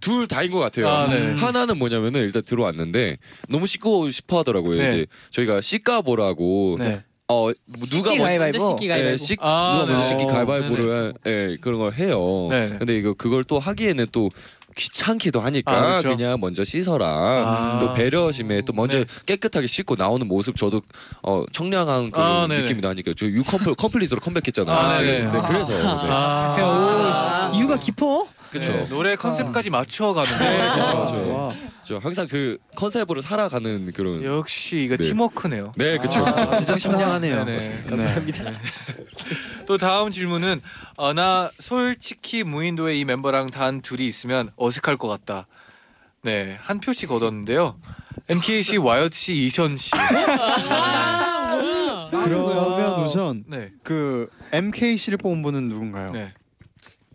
[SPEAKER 8] 둘 다인 것 같아요.
[SPEAKER 3] 아, 네.
[SPEAKER 8] 하나는 뭐냐면은 일단 들어왔는데 너무 씻고 싶어 하더라고요.
[SPEAKER 3] 네.
[SPEAKER 8] 이제 저희가 씻가 보라고
[SPEAKER 3] 네.
[SPEAKER 8] 어 누가
[SPEAKER 10] 씻기
[SPEAKER 8] 먼저
[SPEAKER 10] 가위바위보. 먼저 씻기 가위바위보.
[SPEAKER 8] 예, 씻-
[SPEAKER 3] 아,
[SPEAKER 8] 누가 먼저
[SPEAKER 3] 네.
[SPEAKER 8] 씻기
[SPEAKER 3] 어,
[SPEAKER 8] 가위바위보를 예, 그런 걸 해요.
[SPEAKER 3] 네.
[SPEAKER 8] 근데 이거 그걸 또 하기에는 또 귀찮기도
[SPEAKER 3] 아,
[SPEAKER 8] 하니까
[SPEAKER 3] 그렇죠.
[SPEAKER 8] 그냥 먼저 씻어라.
[SPEAKER 3] 아. 네.
[SPEAKER 8] 또 배려심에 또 먼저 깨끗하게 씻고 나오는 모습 저도 어, 청량한 그런
[SPEAKER 3] 아, 네네.
[SPEAKER 8] 느낌이 나니까 저 유컴플 컴플릿으로 컴백했잖아요.
[SPEAKER 3] 아, 네네.
[SPEAKER 8] 네, 그래서 네.
[SPEAKER 10] 아, 이유가 깊어?
[SPEAKER 8] 그쵸.
[SPEAKER 3] 네, 노래 컨셉까지 맞춰가는데
[SPEAKER 8] 그쵸,
[SPEAKER 3] 아,
[SPEAKER 8] 그쵸.
[SPEAKER 3] 좋아.
[SPEAKER 8] 저 항상 그 컨셉으로 살아가는 그런
[SPEAKER 3] 역시 이거
[SPEAKER 8] 네.
[SPEAKER 3] 팀워크네요.
[SPEAKER 8] 네, 그쵸,
[SPEAKER 3] 아,
[SPEAKER 8] 그쵸.
[SPEAKER 2] 진짜 청량하네요.
[SPEAKER 3] 네네.
[SPEAKER 2] 맞습니다.
[SPEAKER 3] 네. 또 다음 질문은 어, 나 솔직히 무인도에 이 멤버랑 단 둘이 있으면 어색할 것 같다. 네, 한 표씩 얻었는데요. MK 씨, 와이엇 씨, 이션 씨.
[SPEAKER 2] 그러면 우선
[SPEAKER 3] 네. 네.
[SPEAKER 2] 그 MK 씨를 뽑은 분은 누군가요?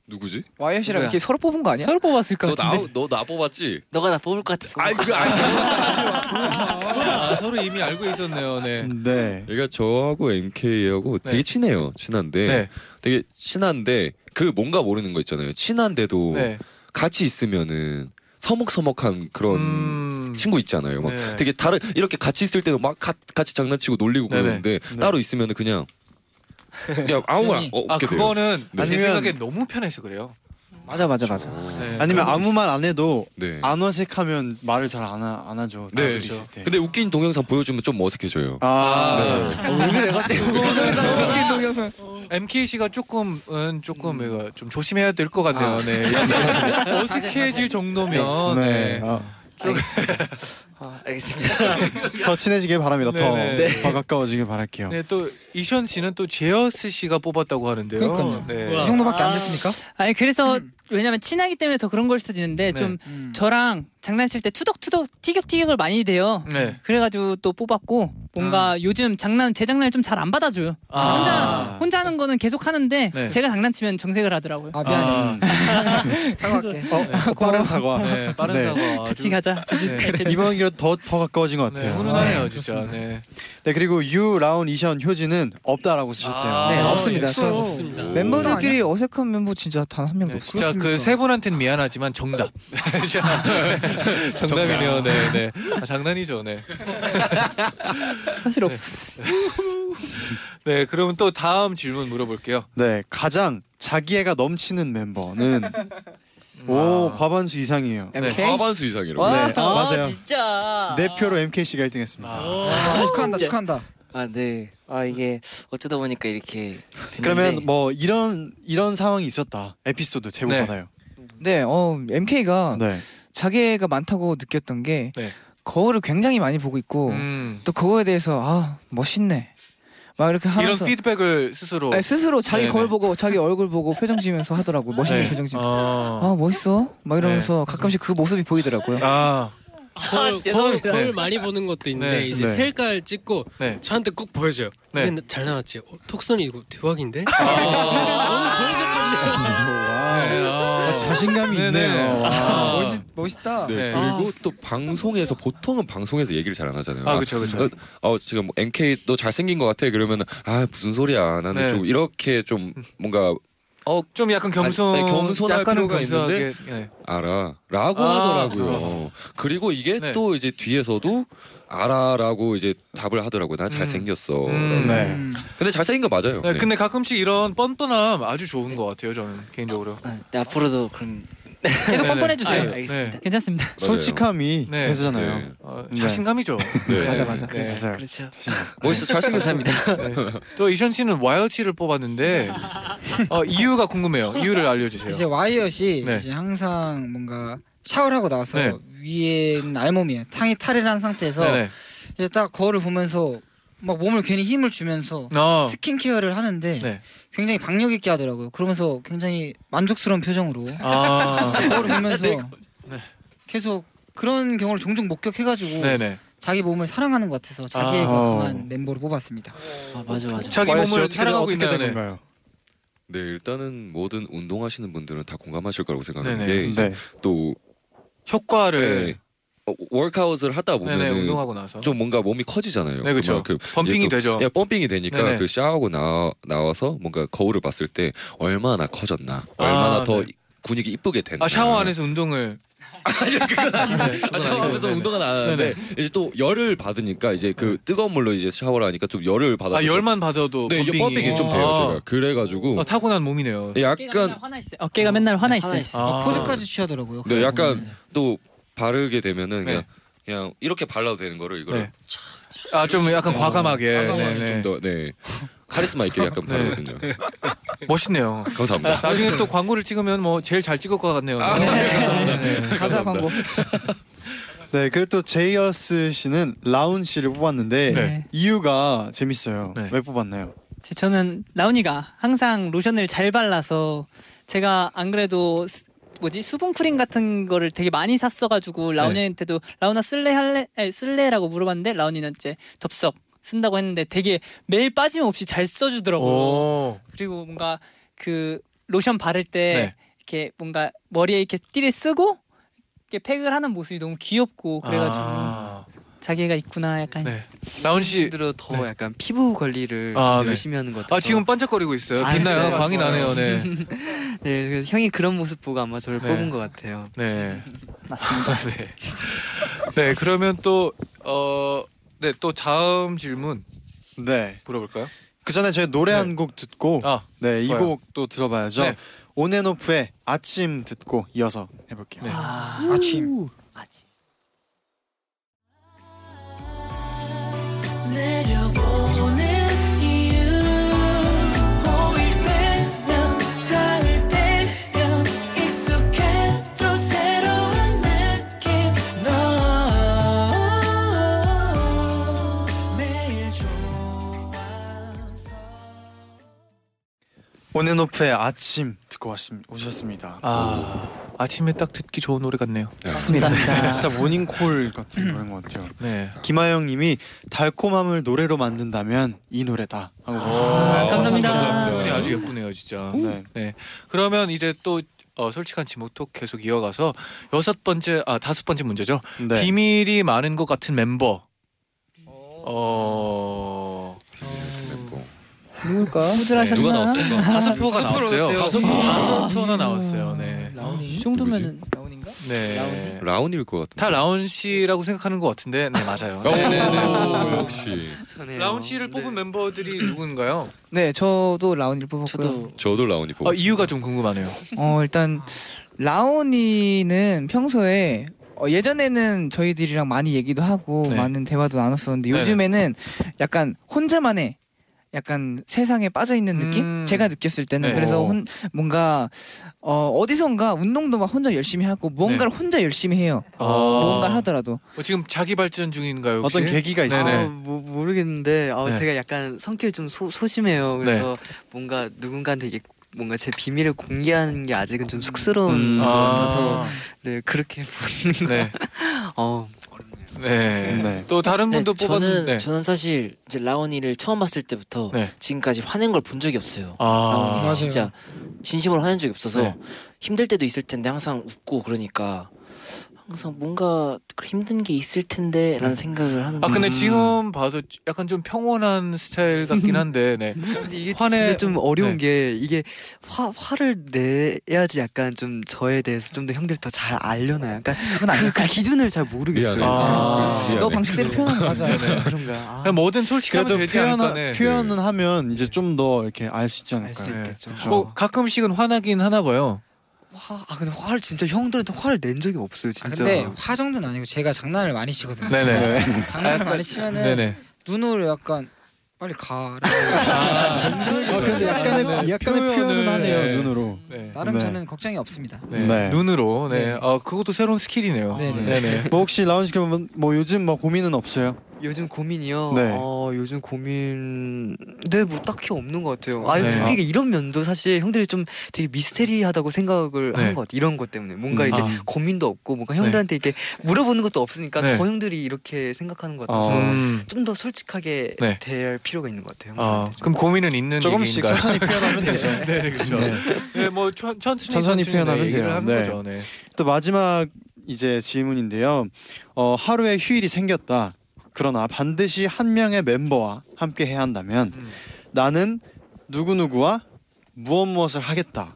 [SPEAKER 8] 누구지?
[SPEAKER 11] 와이엇이랑
[SPEAKER 8] 누구야?
[SPEAKER 11] 이렇게 서로 뽑은 거 아니야?
[SPEAKER 10] 서로 뽑았을
[SPEAKER 3] 그
[SPEAKER 8] 너나 뽑았지?
[SPEAKER 13] 너가 나 뽑을 것 같았어.
[SPEAKER 8] 아이 그 아이.
[SPEAKER 3] 아, 서로 이미 알고 있었네요. 네.
[SPEAKER 2] 네.
[SPEAKER 8] 얘가 저하고 MK하고 되게 친해요. 친한데
[SPEAKER 3] 네.
[SPEAKER 8] 되게 친한데 그 뭔가 모르는 거 있잖아요. 친한데도
[SPEAKER 3] 네.
[SPEAKER 8] 같이 있으면은 서먹서먹한 그런 친구 있잖아요. 막
[SPEAKER 3] 음. 네.
[SPEAKER 8] 되게 다른 이렇게 같이 있을 때도 막 가- 같이 장난치고 놀리고
[SPEAKER 3] 네네.
[SPEAKER 8] 그러는데 따로 있으면은 그냥 그냥 아무 말 없게
[SPEAKER 3] 아
[SPEAKER 8] 돼요.
[SPEAKER 3] 그거는
[SPEAKER 8] 네.
[SPEAKER 3] 제 생각엔 너무 편해서 그래요.
[SPEAKER 11] 맞아 맞아 맞아.
[SPEAKER 3] 네, 아,
[SPEAKER 2] 아니면
[SPEAKER 3] 그런 것도
[SPEAKER 2] 아무 말 안 해도
[SPEAKER 8] 어, 네.
[SPEAKER 2] 안 어색하면 말을 잘 안 안 하죠.
[SPEAKER 3] 아,
[SPEAKER 8] 네.
[SPEAKER 2] 남들이
[SPEAKER 3] 그렇죠.
[SPEAKER 2] 있을 때.
[SPEAKER 8] 근데 웃긴 동영상 보여주면 좀 어색해져요. 네.
[SPEAKER 2] 아.
[SPEAKER 3] MK 씨가 조금은 조금 이거 좀 조심해야 될 것 같네요.
[SPEAKER 13] 아.
[SPEAKER 3] 네. 어색해질 정도면
[SPEAKER 2] 네.
[SPEAKER 3] 네.
[SPEAKER 2] 아,
[SPEAKER 13] 아, 알겠습니다.
[SPEAKER 2] 더 친해지길 바랍니다. 더,
[SPEAKER 3] 네, 네.
[SPEAKER 2] 더 가까워지길 바랄게요.
[SPEAKER 3] 네, 또 이션 씨는 또 제어스 씨가 뽑았다고 하는데요.
[SPEAKER 2] 그러니까요.
[SPEAKER 3] 네.
[SPEAKER 2] 이 정도밖에 안
[SPEAKER 7] 됐습니까?
[SPEAKER 10] 아니 그래서 왜냐면 친하기 때문에 더 그런 걸 수도 있는데
[SPEAKER 3] 네.
[SPEAKER 10] 좀 저랑 장난칠 때 투덕투덕 티격티격을 많이 돼요.
[SPEAKER 3] 네.
[SPEAKER 10] 그래가지고 또 뽑았고 뭔가 요즘 장난 제 장난을 좀 잘 안 받아줘요.
[SPEAKER 3] 아.
[SPEAKER 10] 혼자 혼자 하는 거는 계속 하는데
[SPEAKER 3] 네.
[SPEAKER 10] 제가 장난치면 정색을 하더라고요.
[SPEAKER 3] 아, 미안해요.
[SPEAKER 10] 사과할게.
[SPEAKER 2] 음. 어, 빠른 사과.
[SPEAKER 3] 네, 빠른 사과.
[SPEAKER 10] 같이 가자. 제주- 제주-
[SPEAKER 2] 이번 기로 더 더 가까워진 것 같아요.
[SPEAKER 3] 네, 훈훈하네요, 진짜. 네.
[SPEAKER 2] 네 그리고 유 라운 이션 효진은 없다라고 쓰셨대요.
[SPEAKER 3] 아.
[SPEAKER 11] 네 없습니다. 저
[SPEAKER 3] 없습니다.
[SPEAKER 11] 네. 멤버들끼리 어색한 멤버 진짜 단 한 명도 없어요.
[SPEAKER 3] 진짜 그 세 분한테는 미안하지만 정답. 정답이네요. 네, 네. 아, 장난이죠, 네.
[SPEAKER 10] 사실
[SPEAKER 3] 없어. 네, 그러면 또 다음 질문 물어볼게요.
[SPEAKER 2] 네 가장 자기애가 넘치는 멤버는 오 과반수 이상이에요.
[SPEAKER 8] 네. 과반수 이상이라고.
[SPEAKER 2] 네 맞아요.
[SPEAKER 13] 진짜.
[SPEAKER 2] 네 표로 MK 씨가 1등했습니다.
[SPEAKER 13] 축하한다,
[SPEAKER 11] 축하한다.
[SPEAKER 13] 아, 네. 아, 이게 어쩌다 보니까 이렇게 됐는데.
[SPEAKER 2] 그러면 뭐 이런 이런 상황이 있었다 에피소드 제보
[SPEAKER 13] 네.
[SPEAKER 2] 받아요.
[SPEAKER 11] 네, 어 MK가
[SPEAKER 2] 네.
[SPEAKER 11] 자기애가 많다고 느꼈던 게
[SPEAKER 3] 네.
[SPEAKER 11] 거울을 굉장히 많이 보고 있고
[SPEAKER 3] 음.
[SPEAKER 11] 또 그거에 대해서 아 멋있네 막 이렇게
[SPEAKER 3] 이런
[SPEAKER 11] 하면서
[SPEAKER 3] 피드백을 스스로
[SPEAKER 11] 아니, 스스로 자기
[SPEAKER 3] 네,
[SPEAKER 11] 거울
[SPEAKER 3] 네.
[SPEAKER 11] 보고 자기 얼굴 보고 표정 지으면서 하더라고 멋있는
[SPEAKER 3] 네.
[SPEAKER 11] 표정 지으면서
[SPEAKER 3] 어. 네,
[SPEAKER 11] 아 멋있어 막 이러면서 가끔씩 그 모습이 보이더라고요.
[SPEAKER 3] 아
[SPEAKER 9] 거울, 거울,
[SPEAKER 11] 죄송합니다.
[SPEAKER 9] 거울 많이 보는 것도 있는데
[SPEAKER 11] 네.
[SPEAKER 9] 이제
[SPEAKER 11] 네.
[SPEAKER 9] 셀카를 찍고
[SPEAKER 3] 네.
[SPEAKER 9] 저한테 꼭 보여줘요.
[SPEAKER 11] 네.
[SPEAKER 9] 이게 잘 나왔지. 어, 톡선이 이거 대박인데?
[SPEAKER 2] 아, 자신감이
[SPEAKER 8] 네네.
[SPEAKER 2] 있네요. 와,
[SPEAKER 8] 아.
[SPEAKER 2] 멋있 멋있다.
[SPEAKER 8] 네, 그리고 또 방송에서 보통은 방송에서 얘기를 잘 안 하잖아요.
[SPEAKER 3] 아, 그쵸, 그쵸.
[SPEAKER 8] 어, 어, 지금 뭐 NK 너 잘생긴 것 같아. 그러면 아 무슨 소리야. 나는
[SPEAKER 3] 네.
[SPEAKER 8] 좀 이렇게 좀 뭔가
[SPEAKER 3] 좀 약간 겸손
[SPEAKER 8] 아니, 아니, 겸손할
[SPEAKER 3] 약간은
[SPEAKER 8] 필요가
[SPEAKER 3] 겸손하게,
[SPEAKER 8] 있는데
[SPEAKER 3] 네.
[SPEAKER 8] 알아라고
[SPEAKER 3] 아. 네.
[SPEAKER 8] 하더라고요. 그리고 이게 또 이제 뒤에서도 알아라고 이제 답을 하더라고요. 나 잘생겼어.
[SPEAKER 3] 음. 네.
[SPEAKER 8] 근데 잘생긴 거 맞아요.
[SPEAKER 3] 네, 근데 가끔씩 이런 뻔뻔함 아주 좋은 것 같아요. 저는 개인적으로. 네, 아,
[SPEAKER 13] 네, 앞으로도 그럼
[SPEAKER 3] 계속
[SPEAKER 13] 뻔뻔해
[SPEAKER 3] 뻔뻔해주세요.
[SPEAKER 13] 주세요. 알겠습니다.
[SPEAKER 10] 괜찮습니다.
[SPEAKER 2] 솔직함이 대세잖아요.
[SPEAKER 3] 어,
[SPEAKER 2] 네.
[SPEAKER 3] 자신감이죠.
[SPEAKER 2] 네. 맞아, 맞아.
[SPEAKER 3] 네.
[SPEAKER 2] 그래서 잘-
[SPEAKER 13] 그렇죠.
[SPEAKER 8] 멋있어, 잘생겼어.
[SPEAKER 3] 네. 또 이션 씨는 와이어치를 뽑았는데 어, 이유가 궁금해요. 이유를 알려주세요.
[SPEAKER 7] 이제 와이엇이
[SPEAKER 3] 네.
[SPEAKER 7] 이제 항상 뭔가 샤워를 하고 나서
[SPEAKER 3] 네.
[SPEAKER 7] 위에는 알몸이에요. 탕이 탈을 한 상태에서
[SPEAKER 3] 네네.
[SPEAKER 7] 이제 딱 거울을 보면서 막 몸을 괜히 힘을 주면서
[SPEAKER 3] 어.
[SPEAKER 7] 스킨케어를 하는데
[SPEAKER 3] 네.
[SPEAKER 7] 굉장히 박력 있게 하더라고요. 그러면서 굉장히 만족스러운 표정으로
[SPEAKER 3] 아.
[SPEAKER 7] 거울을 보면서
[SPEAKER 3] 네.
[SPEAKER 7] 계속 그런 경우를 종종 목격해가지고
[SPEAKER 3] 네네.
[SPEAKER 7] 자기 몸을 사랑하는 것 같아서 자기애가
[SPEAKER 3] 아.
[SPEAKER 7] 강한 멤버로 뽑았습니다.
[SPEAKER 13] 아, 맞아 맞아.
[SPEAKER 3] 자기
[SPEAKER 2] 와이어
[SPEAKER 3] 몸을
[SPEAKER 2] 씨 어떻게-
[SPEAKER 3] 사랑하고
[SPEAKER 2] 어떻게
[SPEAKER 3] 있나요?
[SPEAKER 2] 된
[SPEAKER 3] 네.
[SPEAKER 2] 건가요?
[SPEAKER 8] 네 일단은 모든 운동하시는 분들은 다 공감하실 거라고 생각하는
[SPEAKER 3] 네네.
[SPEAKER 8] 게 이제
[SPEAKER 2] 네.
[SPEAKER 8] 또
[SPEAKER 3] 효과를
[SPEAKER 8] 네. 어, 워크아웃을 하다
[SPEAKER 3] 네네,
[SPEAKER 8] 보면
[SPEAKER 3] 운동하고 나서.
[SPEAKER 8] 좀 뭔가 몸이 커지잖아요.
[SPEAKER 3] 네, 그쵸.
[SPEAKER 8] 그만큼.
[SPEAKER 3] 펌핑이
[SPEAKER 8] 이제 또-
[SPEAKER 3] 되죠.
[SPEAKER 8] 예, 펌핑이 되니까
[SPEAKER 3] 그러니까 네네.
[SPEAKER 8] 그 샤워하고 나, 나와서 뭔가 거울을 봤을 때 얼마나 커졌나, 얼마나
[SPEAKER 3] 아,
[SPEAKER 8] 더
[SPEAKER 3] 네.
[SPEAKER 8] 근육이 이쁘게 됐나.
[SPEAKER 3] 아 샤워 안에서 운동을
[SPEAKER 8] 아, 샤워하면서
[SPEAKER 3] 네네. 네.
[SPEAKER 8] 운동은 안 하는데 이제 또 열을 받으니까 이제 그 뜨거운 물로 이제 샤워를 하니까 좀 열을 받아서
[SPEAKER 3] 아
[SPEAKER 8] 좀-
[SPEAKER 3] 열만 받아도
[SPEAKER 8] 네,
[SPEAKER 3] 펌핑이,
[SPEAKER 8] 이게 펌핑이 좀 돼요
[SPEAKER 3] 아.
[SPEAKER 8] 제가 음. 예. 그래가지고
[SPEAKER 3] 어, 타고난 몸이네요.
[SPEAKER 8] 약간
[SPEAKER 10] 화나 있어요. 어깨가 맨날 화나 있어요.
[SPEAKER 7] 아, 포즈까지 취하더라고요.
[SPEAKER 8] 네, 약간 또 바르게 되면은
[SPEAKER 3] 네.
[SPEAKER 8] 그냥 그냥 이렇게 발라도 되는 거를 이걸
[SPEAKER 3] 네. 아좀 약간
[SPEAKER 8] 네.
[SPEAKER 3] 과감하게.
[SPEAKER 8] 과감하게
[SPEAKER 3] 네네.
[SPEAKER 8] 좀더 네. 카리스마 있게 약간
[SPEAKER 3] 네.
[SPEAKER 8] 바르거든요.
[SPEAKER 3] 멋있네요.
[SPEAKER 8] 감사합니다.
[SPEAKER 3] 나중에 또 광고를 찍으면 뭐 제일 잘 찍을 것 같네요.
[SPEAKER 11] 가사 광고.
[SPEAKER 2] 네 그리고 또 제이어스 씨는 라운 씨를 뽑았는데
[SPEAKER 10] 네.
[SPEAKER 2] 이유가 재밌어요.
[SPEAKER 3] 네.
[SPEAKER 2] 왜 뽑았나요?
[SPEAKER 10] 제- 저는 라온이가 항상 로션을 잘 발라서 제가 안 그래도 스- 뭐지 수분 크림 같은 거를 되게 많이 샀어가지고 라온이한테도 라온아 쓸래 할래 아니, 쓸래라고 물어봤는데 라온이는 이제 덥석 쓴다고 했는데 되게 매일 빠짐없이 잘 써주더라고. 요
[SPEAKER 3] 오. 네.
[SPEAKER 10] 그리고 뭔가 그 로션 바를 때 이렇게 뭔가 머리에 이렇게 띠를 쓰고 이렇게 팩을 하는 모습이 너무 귀엽고 그래가지고
[SPEAKER 3] 아. 네.
[SPEAKER 10] 자기가 있구나 약간
[SPEAKER 3] 나온 씨 네.
[SPEAKER 14] 들어 네. 더 약간 피부 관리를
[SPEAKER 3] 아,
[SPEAKER 14] 좀
[SPEAKER 3] 네.
[SPEAKER 14] 열심히 아, 하는 것
[SPEAKER 3] 아
[SPEAKER 14] 같아요.
[SPEAKER 3] 지금 반짝거리고 있어요. 빛나요. 광이 나네요. 네.
[SPEAKER 14] 네, 그래서 형이 그런 모습 보고 아마 저를
[SPEAKER 3] 네.
[SPEAKER 14] 뽑은 것 같아요.
[SPEAKER 3] 네.
[SPEAKER 10] 맞습니다.
[SPEAKER 3] 네. 네, 그러면 또 어, 네, 또 다음 질문.
[SPEAKER 2] 네.
[SPEAKER 3] 물어볼까요?
[SPEAKER 2] 그 전에 저희 노래 한 곡 듣고 네 이
[SPEAKER 3] 좋아요.
[SPEAKER 2] 곡 또 들어봐야죠.
[SPEAKER 3] 네.
[SPEAKER 2] 온앤오프의 아침 듣고 이어서 해볼게요.
[SPEAKER 3] 네.
[SPEAKER 7] 아침.
[SPEAKER 5] 내려보는 이유 보일 때면 닿을 때면 익숙해도 새로운 느낌 너 매일 좋아서
[SPEAKER 2] 온앤오프의 아침 듣고 왔습 오셨습니다.
[SPEAKER 3] 아, 아침에 딱 듣기 좋은 노래 같네요.
[SPEAKER 2] 맞습니다. 진짜 모닝콜 같은 노래인 것 같아요.
[SPEAKER 3] 네.
[SPEAKER 2] 김하영님이 달콤함을 노래로 만든다면 이 노래다 하고
[SPEAKER 3] 아,
[SPEAKER 2] 주셨어요.
[SPEAKER 3] 감사합니다. 표현이 아주 예쁘네요, 진짜. 네. 그러면 이제 또 어, 솔직한 지목톡 계속 이어가서 여섯 번째 아 다섯 번째 문제죠.
[SPEAKER 2] 네.
[SPEAKER 3] 비밀이 많은 것 같은 멤버. 어.
[SPEAKER 11] 누굴까?
[SPEAKER 3] 네. 누가 나왔을까? 다섯 표가
[SPEAKER 11] 다섯 표로
[SPEAKER 3] 나왔어요. 아.
[SPEAKER 11] 어때요?
[SPEAKER 3] 다섯 표, 다섯 표나 나왔어요. 네.
[SPEAKER 11] 라운이?
[SPEAKER 10] 이 정도면은
[SPEAKER 3] 네.
[SPEAKER 8] 라온일 것 같은데.
[SPEAKER 3] 다 라온 씨라고 생각하는 것 같은데, 네 맞아요.
[SPEAKER 8] 오,
[SPEAKER 3] 네, 네, 네.
[SPEAKER 8] 역시.
[SPEAKER 3] 라온 씨를 뽑은
[SPEAKER 13] 네.
[SPEAKER 3] 멤버들이 누군가요?
[SPEAKER 11] 네, 저도 라온이를 뽑았고요.
[SPEAKER 8] 저도 라온이 뽑았어요.
[SPEAKER 3] 아, 이유가 좀 궁금하네요.
[SPEAKER 11] 어 일단 라온이는 평소에 어, 예전에는 저희들이랑 많이 얘기도 하고
[SPEAKER 10] 네.
[SPEAKER 11] 많은 대화도 나눴었는데
[SPEAKER 10] 네네.
[SPEAKER 11] 요즘에는 약간 혼자만의 약간 세상에 빠져 있는 느낌
[SPEAKER 3] 음.
[SPEAKER 11] 제가 느꼈을 때는
[SPEAKER 10] 네.
[SPEAKER 11] 그래서
[SPEAKER 3] 어.
[SPEAKER 10] 오.
[SPEAKER 11] 혼, 뭔가 어, 어디선가 운동도 막 혼자 열심히 하고 뭔가를 혼자 열심히 해요
[SPEAKER 3] 네. 아.
[SPEAKER 11] 뭔가 하더라도
[SPEAKER 3] 어, 지금 자기 발전 중인가요? 혹시?
[SPEAKER 14] 아,
[SPEAKER 3] 네네.
[SPEAKER 14] 뭐, 모르겠는데 아,
[SPEAKER 3] 네.
[SPEAKER 14] 제가 약간 성격이 좀 소, 소심해요. 그래서 뭔가 누군가한테 이게 뭔가 제 비밀을 공개하는 게 아직은 좀 쑥스러운
[SPEAKER 3] 음.
[SPEAKER 14] 것
[SPEAKER 3] 아.
[SPEAKER 14] 같아서 네 그렇게 보는 거.
[SPEAKER 3] 네.
[SPEAKER 14] 어
[SPEAKER 3] 네. 또 다른 분도
[SPEAKER 13] 네,
[SPEAKER 3] 뽑았는데.
[SPEAKER 13] 저는 저는 사실 이제 라온이를 처음 봤을 때부터 지금까지 화낸 걸 본 적이 없어요.
[SPEAKER 3] 아.
[SPEAKER 13] 라온이가
[SPEAKER 3] 맞아요.
[SPEAKER 13] 진짜 진심으로 화낸 적이 없어서
[SPEAKER 3] 네.
[SPEAKER 13] 힘들 때도 있을 텐데 항상 웃고 그러니까 항상 뭔가 힘든 게 있을 텐데라는 생각을 하는.
[SPEAKER 3] 아 근데
[SPEAKER 13] 거예요.
[SPEAKER 3] 지금 봐도 약간 좀 평온한 스타일 같긴 한데 네.
[SPEAKER 14] 이게 진짜 좀 어려운 게 이게 화 화를 내야지 약간 좀 저에 대해서 좀 더 형들 더 잘 알려나 약간
[SPEAKER 11] 그건 아니야.
[SPEAKER 14] 그, 그 기준을 잘 모르겠어요.
[SPEAKER 3] 미안해. 아.
[SPEAKER 11] 너 방식대로 표현한 거 맞아
[SPEAKER 3] 네네.
[SPEAKER 14] 그런가. 아.
[SPEAKER 3] 그냥 뭐든 솔직하면
[SPEAKER 2] 그래도
[SPEAKER 3] 되지
[SPEAKER 2] 표현
[SPEAKER 3] 않을까, 네.
[SPEAKER 2] 표현은 하면 이제 좀 더 이렇게 알 수 있지 않을까.
[SPEAKER 14] 알수 있겠죠.
[SPEAKER 3] 뭐 가끔씩은 화나긴 하나 봐요.
[SPEAKER 14] 화, 아 근데 화를 진짜 형들한테 화를 낸 적이 없어요
[SPEAKER 7] 아,
[SPEAKER 14] 진짜.
[SPEAKER 7] 근데 화 정도는 아니고 제가 장난을 많이 치거든요.
[SPEAKER 3] 네네. 네.
[SPEAKER 7] 장난을
[SPEAKER 3] 아,
[SPEAKER 7] 많이 치면은
[SPEAKER 3] 네네.
[SPEAKER 7] 눈으로 약간 빨리 가라.
[SPEAKER 2] 아, 그래도 약간의- 약간의 표현을 하네요, 눈으로.
[SPEAKER 3] 네.
[SPEAKER 7] 나름
[SPEAKER 2] 네.
[SPEAKER 7] 저는 걱정이 없습니다.
[SPEAKER 3] 네.
[SPEAKER 2] 네.
[SPEAKER 3] 눈으로. 네.
[SPEAKER 7] 네.
[SPEAKER 3] 아 그것도 새로운 스킬이네요. 음. 네네.
[SPEAKER 2] 뭐 혹시 라온 씨 그러면 뭐 요즘 뭐 고민은 없어요?
[SPEAKER 14] 요즘 고민이요.
[SPEAKER 2] 네.
[SPEAKER 14] 어 요즘 고민 네뭐 딱히 없는 것 같아요. 아
[SPEAKER 2] 네.
[SPEAKER 14] 그러니까 이런 면도 사실 형들이 좀 되게 미스테리하다고 생각을
[SPEAKER 2] 네.
[SPEAKER 14] 하는 것 같아. 이런 것 때문에 뭔가
[SPEAKER 2] 음.
[SPEAKER 14] 이제
[SPEAKER 2] 아.
[SPEAKER 14] 고민도 없고 뭔가 형들한테 이렇게 물어보는 것도 없으니까
[SPEAKER 3] 네.
[SPEAKER 14] 더 형들이 이렇게 생각하는 것 같아서
[SPEAKER 3] 아. 음.
[SPEAKER 14] 좀 더 솔직하게
[SPEAKER 3] 네.
[SPEAKER 14] 될 필요가 있는 것 같아요.
[SPEAKER 3] 아, 그럼 고민은 있는
[SPEAKER 14] 조금씩
[SPEAKER 3] 얘기인가요?
[SPEAKER 14] 천천히 표현하면 되죠.
[SPEAKER 3] 네, 네, 그렇죠.
[SPEAKER 2] 네.
[SPEAKER 3] 네, 뭐 천, 천천히,
[SPEAKER 2] 천천히 표현하면
[SPEAKER 3] 네, 얘기를
[SPEAKER 2] 돼요.
[SPEAKER 3] 하는
[SPEAKER 2] 네.
[SPEAKER 3] 거죠. 네.
[SPEAKER 2] 또 마지막 이제 질문인데요. 어, 하루에 휴일이 생겼다. 그러나 반드시 한 명의 멤버와 함께 해야 한다면
[SPEAKER 3] 음.
[SPEAKER 2] 나는 누구 누구와 무엇 무엇을 하겠다를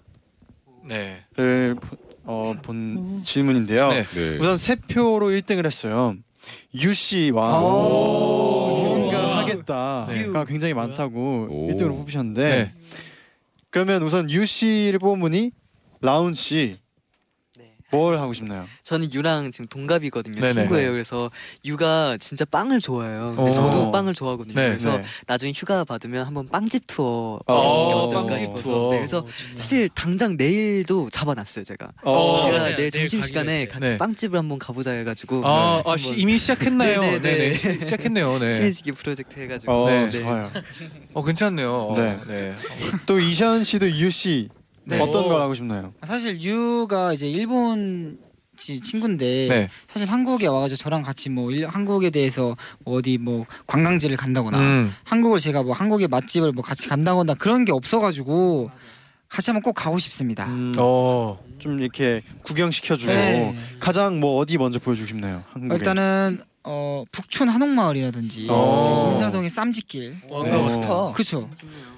[SPEAKER 3] 네.
[SPEAKER 2] 보- 어, 본 질문인데요.
[SPEAKER 8] 네.
[SPEAKER 2] 우선 세 표로 1등을 했어요. 유 씨와 네. 누군가를 하겠다가 굉장히 많다고 1등으로 뽑히셨는데
[SPEAKER 3] 네.
[SPEAKER 2] 그러면 우선 유 씨를 뽑은 분이 라운 씨. 뭘 하고 싶나요?
[SPEAKER 14] 저는 유랑 지금 동갑이거든요.
[SPEAKER 2] 네네.
[SPEAKER 14] 친구예요. 그래서 유가 진짜 빵을 좋아해요. 근데
[SPEAKER 2] 오.
[SPEAKER 14] 저도 빵을 좋아하거든요.
[SPEAKER 2] 네,
[SPEAKER 14] 그래서
[SPEAKER 2] 네.
[SPEAKER 14] 나중에 휴가 받으면 한번 빵집 투어
[SPEAKER 2] 아,
[SPEAKER 14] 어떤가
[SPEAKER 2] 빵집
[SPEAKER 14] 싶어서.
[SPEAKER 2] 투어.
[SPEAKER 14] 네, 그래서 사실 당장 내일도 잡아놨어요, 제가.
[SPEAKER 3] 어.
[SPEAKER 14] 제가
[SPEAKER 2] 네.
[SPEAKER 3] 맞아요.
[SPEAKER 14] 내일
[SPEAKER 3] 내일
[SPEAKER 14] 점심 시간에
[SPEAKER 3] 가기로
[SPEAKER 14] 같이
[SPEAKER 3] 했어요. 네.
[SPEAKER 14] 빵집을 한번 가보자 해가지고.
[SPEAKER 3] 아,
[SPEAKER 14] 같이
[SPEAKER 3] 아, 시- 이미 시작했나요?
[SPEAKER 14] 네. 네네네.
[SPEAKER 3] 네네, 시- 시작했네요, 네.
[SPEAKER 14] 친해지기 프로젝트 해가지고.
[SPEAKER 2] 어,
[SPEAKER 3] 네.
[SPEAKER 2] 좋아요.
[SPEAKER 3] 어 괜찮네요.
[SPEAKER 2] 네.
[SPEAKER 3] 네. 네.
[SPEAKER 2] 또 이시안 씨도 유 씨.
[SPEAKER 7] 네.
[SPEAKER 2] 어떤 걸
[SPEAKER 7] 오.
[SPEAKER 2] 하고 싶나요?
[SPEAKER 7] 사실 유가 이제 일본 지- 친구인데
[SPEAKER 2] 네.
[SPEAKER 7] 사실 한국에 와가지고 저랑 같이 뭐 일- 한국에 대해서 뭐 어디 뭐 관광지를 간다거나
[SPEAKER 3] 음.
[SPEAKER 7] 한국을 제가 뭐 한국의 맛집을 뭐 같이 간다거나 그런 게 없어가지고 같이 한번 꼭 가고 싶습니다.
[SPEAKER 11] 아.
[SPEAKER 2] 음.
[SPEAKER 3] 어.
[SPEAKER 2] 좀 이렇게 구경시켜주고
[SPEAKER 7] 네.
[SPEAKER 2] 가장 뭐 어디 먼저 보여주고 싶나요? 한국에.
[SPEAKER 7] 일단은 어, 북촌 한옥마을이라든지
[SPEAKER 2] 어.
[SPEAKER 7] 지금 인사동의 쌈짓길
[SPEAKER 2] 안 네. 가봤어요.
[SPEAKER 7] 그쵸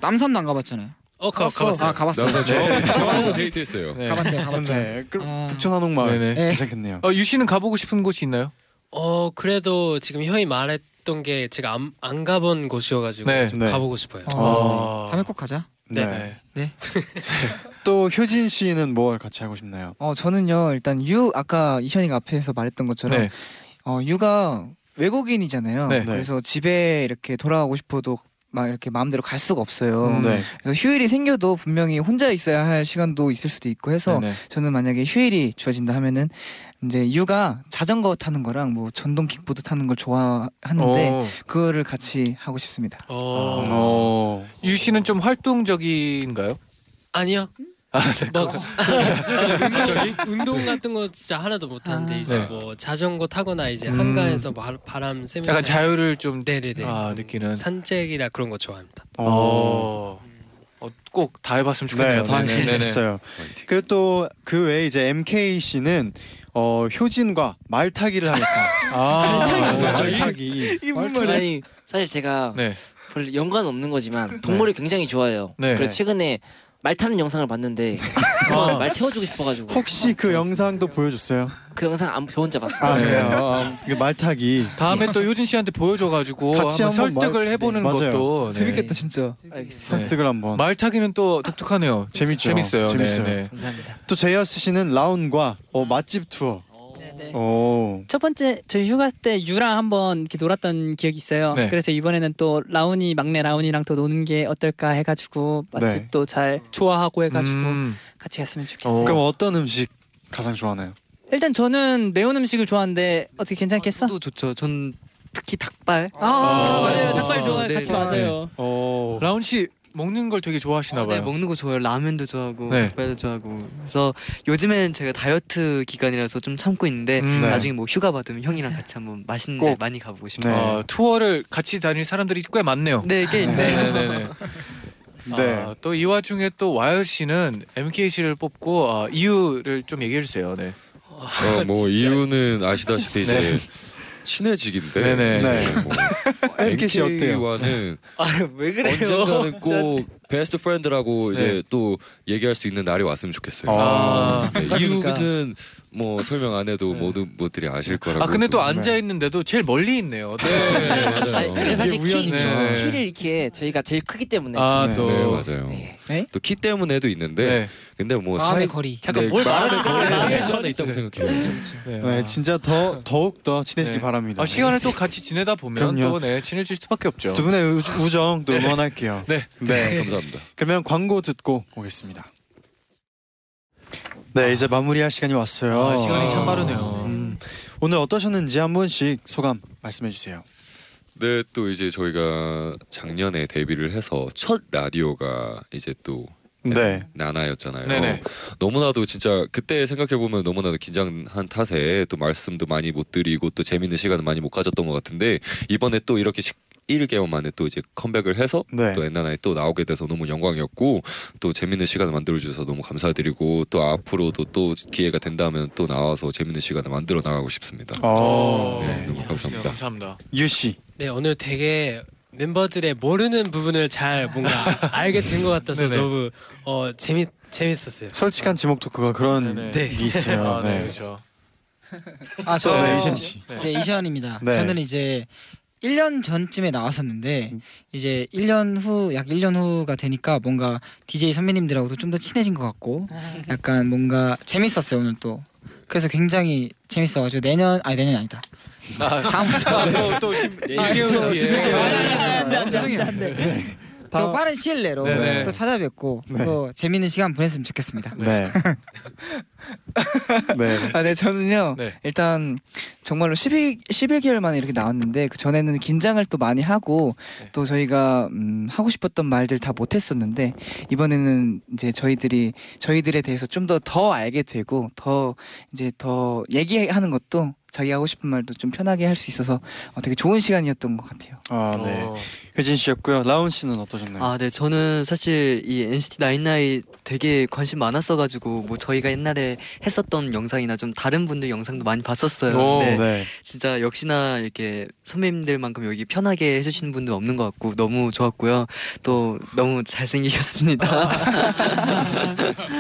[SPEAKER 7] 남산도 안 가봤잖아요
[SPEAKER 9] 어,
[SPEAKER 2] 가- 가봤어요.
[SPEAKER 7] 아 가봤어요
[SPEAKER 2] 남산 저-
[SPEAKER 7] 네.
[SPEAKER 8] 저하고 데이트했어요.
[SPEAKER 7] 네. 가봤대요 어. 가봤대요
[SPEAKER 2] 네, 그럼 북촌 한옥마을
[SPEAKER 3] 네네.
[SPEAKER 2] 괜찮겠네요.
[SPEAKER 3] 어, 유 씨는 가보고 싶은 곳이 있나요?
[SPEAKER 9] 어 그래도 지금 형이 말했던 게 제가 안, 안 가본 곳이어가지고
[SPEAKER 3] 네.
[SPEAKER 9] 좀
[SPEAKER 3] 네.
[SPEAKER 9] 가보고 싶어요.
[SPEAKER 2] 어.
[SPEAKER 7] 다음에 꼭 가자
[SPEAKER 2] 네.
[SPEAKER 9] 네.
[SPEAKER 7] 네.
[SPEAKER 2] 또 효진 씨는 뭘 같이 하고 싶나요?
[SPEAKER 11] 어 저는요 일단 유 아까 이현이가 앞에서 말했던 것처럼
[SPEAKER 2] 네.
[SPEAKER 11] 어 유가 외국인이잖아요.
[SPEAKER 2] 네.
[SPEAKER 11] 그래서 집에 이렇게 돌아가고 싶어도 막 이렇게 마음대로 갈 수가 없어요.
[SPEAKER 2] 음, 네.
[SPEAKER 11] 그래서 휴일이 생겨도 분명히 혼자 있어야 할 시간도 있을 수도 있고 해서
[SPEAKER 2] 네네.
[SPEAKER 11] 저는 만약에 휴일이 주어진다 하면은 이제 유가 자전거 타는 거랑 뭐 전동 킥보드 타는 걸 좋아하는데
[SPEAKER 3] 오.
[SPEAKER 11] 그거를 같이 하고 싶습니다.
[SPEAKER 9] 아.
[SPEAKER 2] 어.
[SPEAKER 3] 유 씨는 좀 활동적인가요?
[SPEAKER 9] 아니요.
[SPEAKER 3] 아, 네.
[SPEAKER 9] 막 갑자기 운동 같은 거 진짜 하나도 못하는데 이제
[SPEAKER 3] 네.
[SPEAKER 9] 뭐 자전거 타거나 이제
[SPEAKER 3] 음.
[SPEAKER 9] 한가해서 바, 바람 쐬면서
[SPEAKER 2] 네.
[SPEAKER 3] 약간 자유를 좀
[SPEAKER 9] 네네네
[SPEAKER 3] 아, 느끼는.
[SPEAKER 9] 산책이나 그런 거 좋아합니다.
[SPEAKER 3] 어. 어, 꼭 다 해봤으면 좋겠네요.
[SPEAKER 2] 네, 다 했으면
[SPEAKER 3] 네네네.
[SPEAKER 2] 좋겠어요. 그리고 또 그 외에 이제 MK 씨는 어, 효진과 말 타기를 하겠다.
[SPEAKER 13] 아,
[SPEAKER 3] 그렇죠.
[SPEAKER 2] 말
[SPEAKER 13] 갑자기?
[SPEAKER 2] 타기.
[SPEAKER 13] 아니 사실 제가
[SPEAKER 3] 네.
[SPEAKER 13] 별 연관 없는 거지만 동물을 굉장히 좋아해요.
[SPEAKER 2] 네.
[SPEAKER 13] 그래서 최근에 말 타는 영상을
[SPEAKER 3] 네.
[SPEAKER 13] 봤는데
[SPEAKER 3] 아.
[SPEAKER 13] 한번 말 태워주고 싶어가지고
[SPEAKER 2] 혹시 그 영상도 보여줬어요?
[SPEAKER 13] 그 영상 안, 저 혼자 봤어요. 네.
[SPEAKER 2] 아
[SPEAKER 3] 네.
[SPEAKER 2] 그래요. 아, 이게 말 타기.
[SPEAKER 3] 다음에 또 효진 씨한테 보여줘가지고
[SPEAKER 2] 같이
[SPEAKER 3] 한번
[SPEAKER 2] 한번
[SPEAKER 3] 설득을
[SPEAKER 2] 말- 네,
[SPEAKER 3] 해보는
[SPEAKER 2] 맞아요.
[SPEAKER 3] 것도 네.
[SPEAKER 2] 재밌겠다,
[SPEAKER 11] 진짜.
[SPEAKER 2] 설득을 한번.
[SPEAKER 3] 말 타기는 또 독특하네요.
[SPEAKER 2] 재밌죠.
[SPEAKER 3] 재밌어요. 네,
[SPEAKER 2] 재밌어요.
[SPEAKER 3] 네.
[SPEAKER 2] 또 제이어스 씨는 라운과 어, 맛집 투어. 오.
[SPEAKER 10] 첫 번째 저희 휴가 때 유랑 한번 이렇게 놀았던 기억이 있어요.
[SPEAKER 2] 네.
[SPEAKER 10] 그래서 이번에는 또 라온이 막내 라온이랑 또 노는 게 어떨까 해가지고 맛집도 잘 좋아하고 해가지고
[SPEAKER 3] 음.
[SPEAKER 10] 같이 갔으면 좋겠어요.
[SPEAKER 2] 그럼 네. 음. 어떤 음식 가장 좋아하나요?
[SPEAKER 10] 일단 저는 매운 음식을 좋아하는데 어떻게 괜찮겠어? 저도 좋죠. 전 특히 닭발. 아,
[SPEAKER 2] 네.
[SPEAKER 10] 맞아요. 닭발 좋아해요. 같이 맞아요.
[SPEAKER 2] 어.
[SPEAKER 3] 라운 씨 먹는 걸 되게 좋아하시나 봐요.
[SPEAKER 14] 네, 먹는 거 좋아요. 라면도 좋아하고
[SPEAKER 3] 네.
[SPEAKER 14] 닭발도 좋아하고. 그래서 요즘엔 제가 다이어트 기간이라서 좀 참고 있는데
[SPEAKER 3] 음. 네.
[SPEAKER 14] 나중에 뭐 휴가 받으면 형이랑 같이 한번 맛있는 데 많이 가보고 싶어요.
[SPEAKER 2] 네.
[SPEAKER 3] 어, 투어를 같이 다닐 사람들이 꽤 많네요.
[SPEAKER 14] 네, 꽤 있네요.
[SPEAKER 3] 네네네.
[SPEAKER 2] 네. 어,
[SPEAKER 3] 아, 또이 와중에 또 와요 씨는 MK 씨를 뽑고 아, 이유를 좀 얘기해 주세요. 네.
[SPEAKER 8] 어, 뭐 이유는 아시다시피 이제
[SPEAKER 3] 네.
[SPEAKER 8] 친해지긴데.
[SPEAKER 3] 네네. 어,
[SPEAKER 8] 이제 뭐
[SPEAKER 2] MK 씨 어때요?
[SPEAKER 8] MK와는
[SPEAKER 14] 아왜
[SPEAKER 8] 언젠가는 꼭 베스트 프렌드라고 이제 또 얘기할 수 있는 날이 왔으면 좋겠어요.
[SPEAKER 3] 네. 아.
[SPEAKER 8] 네,
[SPEAKER 3] 그러니까. 네.
[SPEAKER 8] 이유는 뭐 설명 안 해도 모든 분들이 아실 거라고.
[SPEAKER 3] 아 근데 또 앉아 있는데도 제일 멀리 있네요. 네,
[SPEAKER 13] 아니, 그래서 사실 키, 키,
[SPEAKER 8] 네.
[SPEAKER 13] 키를 이렇게 저희가 제일 크기 때문에
[SPEAKER 8] 아,
[SPEAKER 13] 키가.
[SPEAKER 8] 또. 네, 맞아요. 또 키 때문에도
[SPEAKER 3] 네.
[SPEAKER 8] 있는데 근데 뭐
[SPEAKER 13] 마음의
[SPEAKER 8] 사회-
[SPEAKER 13] 거리. 그렇죠,
[SPEAKER 8] 잠깐
[SPEAKER 13] 네,
[SPEAKER 8] 뭘
[SPEAKER 13] 마음의
[SPEAKER 8] 말하지
[SPEAKER 13] 거리.
[SPEAKER 8] 말할
[SPEAKER 13] 네.
[SPEAKER 8] 전에 있다고 생각해요.
[SPEAKER 2] 네, 진짜 더 더욱 더 친해지길 바랍니다. 네.
[SPEAKER 3] 아, 시간을 또 같이 지내다 보면
[SPEAKER 2] 그럼요.
[SPEAKER 3] 또 네, 친해질 수밖에 없죠.
[SPEAKER 2] 두 분의 우주- 우정 또
[SPEAKER 3] 네.
[SPEAKER 2] 응원할게요.
[SPEAKER 3] 네.
[SPEAKER 2] 네.
[SPEAKER 13] 그렇죠.
[SPEAKER 8] 감사합니다.
[SPEAKER 2] 그러면 광고 듣고 오겠습니다. 네, 이제 마무리할 시간이 왔어요.
[SPEAKER 3] 아, 시간이 참 빠르네요.
[SPEAKER 2] 음, 오늘 어떠셨는지 한 분씩 소감 말씀해 주세요.
[SPEAKER 8] 네, 또 이제 저희가 작년에 데뷔를 해서 첫 라디오가 이제 또
[SPEAKER 2] 네.
[SPEAKER 8] 나나였잖아요.
[SPEAKER 2] 네네.
[SPEAKER 8] 너무나도 진짜 그때 생각해 보면 너무나도 긴장한 탓에 또 말씀도 많이 못 드리고 또 재밌는 시간을 많이 못 가졌던 것 같은데 이번에 또 이렇게 1개월 만에 또 이제 컴백을 해서
[SPEAKER 2] 네.
[SPEAKER 8] 또 엔나나에 또 나오게 돼서 너무 영광이었고 또 재밌는 시간을 만들어 주셔서 너무 감사드리고 또 앞으로도 또 기회가 된다면 또 나와서 재밌는 시간을 만들어 나가고 싶습니다.
[SPEAKER 2] 오.
[SPEAKER 8] 네, 너무 감사합니다.
[SPEAKER 3] 어. 감사합니다.
[SPEAKER 2] 아. 유 씨.
[SPEAKER 9] 네 오늘 되게 멤버들의 모르는 부분을 잘 뭔가 알게 된 것 같아서
[SPEAKER 2] 네네.
[SPEAKER 9] 너무 어 재밌 재밌었어요.
[SPEAKER 2] 솔직한 지목 토크가 그런
[SPEAKER 9] 네.
[SPEAKER 2] 게 있어요.
[SPEAKER 9] 아, 네,
[SPEAKER 3] 그렇죠.
[SPEAKER 7] 아저
[SPEAKER 2] 네, 이시안 씨.
[SPEAKER 7] 네 이시안입니다.
[SPEAKER 2] 네.
[SPEAKER 7] 저는 이제 1년 전쯤에 나왔었는데 이제 1년 후 약 1년 후가 되니까 뭔가 DJ 선배님들하고도 좀 더 친해진 것 같고 약간 뭔가 재밌었어요 오늘 또. 그래서 굉장히 재밌어가지고 내년 아니 내년이 아니다.
[SPEAKER 3] 아,
[SPEAKER 7] 다음부터
[SPEAKER 3] 또 예,
[SPEAKER 7] 1개월
[SPEAKER 3] 12개월
[SPEAKER 7] 뒤에.
[SPEAKER 3] 아, 뒤에.
[SPEAKER 7] 저 빠른 시일 내로
[SPEAKER 2] 네네.
[SPEAKER 7] 또 찾아뵙고
[SPEAKER 2] 네.
[SPEAKER 7] 또 재밌는 시간 보냈으면 좋겠습니다.
[SPEAKER 2] 네. 네.
[SPEAKER 11] 아, 네, 저는요. 일단 정말로 11 11개월 만에 이렇게 나왔는데 그 전에는 긴장을 또 많이 하고 또 저희가 음, 하고 싶었던 말들 다 못 했었는데 이번에는 이제 저희들이 저희들에 대해서 좀 더 더 알게 되고 더 이제 더 얘기하는 것도 자기 하고 싶은 말도 좀 편하게 할 수 있어서 어, 되게 좋은 시간이었던 것 같아요.
[SPEAKER 2] 아, 네.
[SPEAKER 3] 어.
[SPEAKER 2] 효진 씨였고요. 라운 씨는 어떠셨나요?
[SPEAKER 14] 아, 네. 저는 사실 이 NCT 99 되게 관심 많았어 가지고 뭐 저희가 옛날에 했었던 영상이나 좀 다른 분들 영상도 많이 봤었어요.
[SPEAKER 2] 오,
[SPEAKER 14] 근데
[SPEAKER 2] 네.
[SPEAKER 14] 진짜 역시나 이렇게 선배님들만큼 여기 편하게 해 주시는 분들 없는 것 같고 너무 좋았고요. 또 너무 잘생기셨습니다.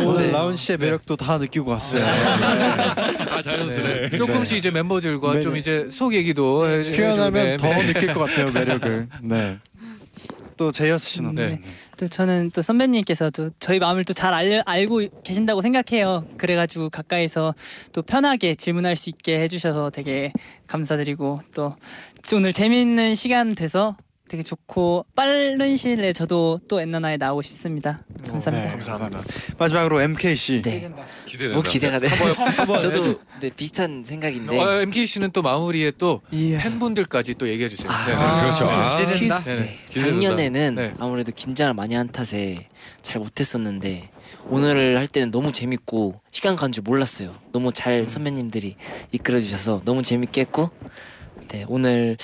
[SPEAKER 2] 오늘
[SPEAKER 3] 네.
[SPEAKER 2] 라운 씨의 매력도 다 느끼고 왔어요.
[SPEAKER 8] 아
[SPEAKER 3] 네. 조금씩 이제 멤버들과 좀
[SPEAKER 2] 매력.
[SPEAKER 3] 이제 속 얘기도 해- 해주고,
[SPEAKER 2] 표현하면
[SPEAKER 3] 네,
[SPEAKER 2] 더
[SPEAKER 3] 매-
[SPEAKER 2] 느낄 것 같아요 매력을. 네. 또 제이어스 씨는
[SPEAKER 3] 네.
[SPEAKER 2] 어떠셨나요?
[SPEAKER 10] 또 저는 또 선배님께서도 저희 마음을 또 잘 알고 계신다고 생각해요. 그래가지고 가까이서 또 편하게 질문할 수 있게 해주셔서 되게 감사드리고 또 오늘 재미있는 시간 돼서 되게 좋고 빠른 시일 내에 저도 또 엔나나에 나오고 싶습니다. 감사합니다.
[SPEAKER 3] 네.
[SPEAKER 2] 감사합니다. 마지막으로 MK 씨.
[SPEAKER 13] 네.
[SPEAKER 8] 기대된다.
[SPEAKER 13] 뭐 기대가 돼.
[SPEAKER 3] 한번- 한번
[SPEAKER 13] 저도
[SPEAKER 3] 해줘.
[SPEAKER 13] 네, 비슷한 생각인데.
[SPEAKER 3] 어, MK 씨는 또 마무리에 또 팬분들까지 또 얘기해 주세요. 네, 네.
[SPEAKER 13] 아, 기대된다.
[SPEAKER 3] 네, 네.
[SPEAKER 13] 그렇죠. 작년에는 아무래도 긴장을 많이 한 탓에 잘 못했었는데 오늘을 할 때는 너무 재밌고 시간 간 줄 몰랐어요. 너무 잘 선배님들이 이끌어 주셔서 너무 재밌게 했고 네, 오늘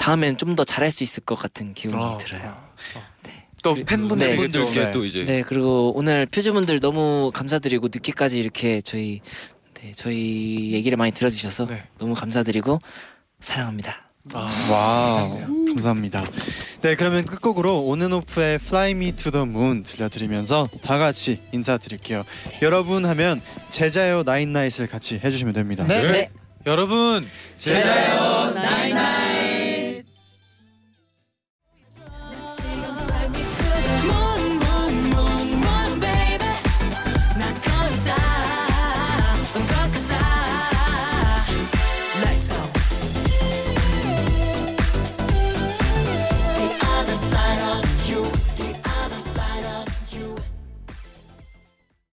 [SPEAKER 13] 다음엔 좀 더 잘할 수 있을 것 같은 기분이
[SPEAKER 3] 어.
[SPEAKER 13] 들어요. 네.
[SPEAKER 3] 또
[SPEAKER 13] 그리-
[SPEAKER 3] 팬분들에게 또- 팬분들께 또 이제.
[SPEAKER 13] 네 그리고 오늘 표즈분들 너무 감사드리고 늦게까지 이렇게 저희 네, 저희 얘기를 많이 들어주셔서 너무 감사드리고 사랑합니다.
[SPEAKER 3] 아.
[SPEAKER 2] 와우 감사합니다. 네 그러면 끝곡으로 온앤오프의 Fly Me to the Moon 들려드리면서 다 같이 인사드릴게요. 여러분 하면 제자요 나인나잇을 같이 해주시면 됩니다.
[SPEAKER 3] 네. 네. 여러분
[SPEAKER 2] 제자요
[SPEAKER 3] 나인